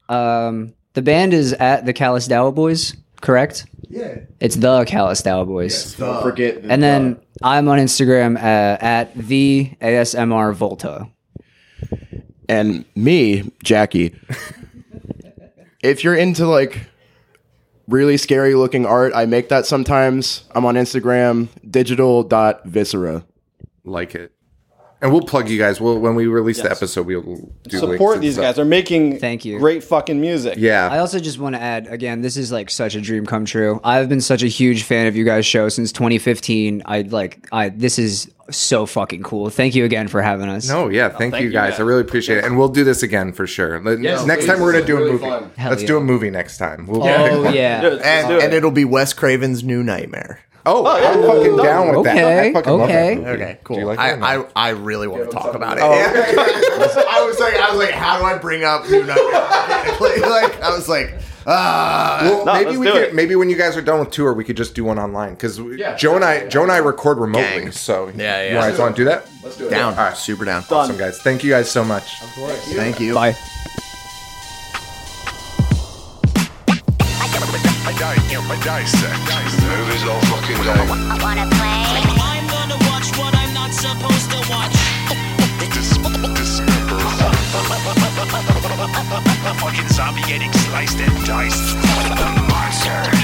[SPEAKER 4] Um, the band is at the Callous Dow Boys, correct?
[SPEAKER 2] yeah.
[SPEAKER 4] It's the Callous Dow Boys.
[SPEAKER 5] Don't forget.
[SPEAKER 4] And then I'm on Instagram uh, at the ASMR Volta.
[SPEAKER 5] and me, Jackie. if you're into like really scary looking art, I make that sometimes. I'm on Instagram, digital.viscera.
[SPEAKER 2] Like it. And we'll plug you guys. We'll when we release the episode, we'll do links
[SPEAKER 7] Support
[SPEAKER 2] and
[SPEAKER 7] these
[SPEAKER 2] stuff.
[SPEAKER 7] guys. They're making
[SPEAKER 4] Thank you.
[SPEAKER 7] great fucking music.
[SPEAKER 4] I
[SPEAKER 2] Yeah,
[SPEAKER 4] also just want to add again, this is like such a dream come true. I've been such a huge fan of you guys' show since 2015. I like, I this is so fucking cool. Thank you again for having us.
[SPEAKER 2] no, Oh,
[SPEAKER 7] Oh,
[SPEAKER 2] yeah. Thank, you guys. I really appreciate it, and we'll do this again for sure. Let- next time we're gonna do a movie. Let's
[SPEAKER 4] yeah.
[SPEAKER 2] do a movie next time. We'll
[SPEAKER 4] Oh yeah.
[SPEAKER 6] And, and it'll be Wes Craven's new nightmare.
[SPEAKER 2] Oh, I'm fucking down with that. I
[SPEAKER 4] Okay,
[SPEAKER 2] fucking love
[SPEAKER 4] okay.
[SPEAKER 2] that movie.
[SPEAKER 6] Okay, cool.
[SPEAKER 2] Do you like
[SPEAKER 6] I,
[SPEAKER 2] that or not?
[SPEAKER 6] I, I really want to talk about it.
[SPEAKER 2] Oh.
[SPEAKER 6] I was like, I was like, how do I bring up new nightmare? like, like, I was like, ah.
[SPEAKER 2] Well,
[SPEAKER 7] No,
[SPEAKER 2] maybe
[SPEAKER 7] let's
[SPEAKER 2] we
[SPEAKER 7] do
[SPEAKER 2] could,
[SPEAKER 7] it.
[SPEAKER 2] maybe when you guys are done with tour, we could just do one online because Joe and I, Joe and I record remotely.
[SPEAKER 6] Gang.
[SPEAKER 2] So
[SPEAKER 6] Yeah,
[SPEAKER 2] you
[SPEAKER 6] yeah.
[SPEAKER 2] guys want to do that?
[SPEAKER 6] down,
[SPEAKER 2] All right.
[SPEAKER 6] super down.
[SPEAKER 2] Awesome, guys. Thank you guys so much.
[SPEAKER 6] Thank you.
[SPEAKER 4] Bye.
[SPEAKER 1] Movies all fucking day.
[SPEAKER 11] Wanna play?
[SPEAKER 9] I'm gonna watch what I'm not supposed to watch.
[SPEAKER 1] Dis- dismember.
[SPEAKER 9] A fucking zombie getting slapped.
[SPEAKER 1] sliced and diced. The monster.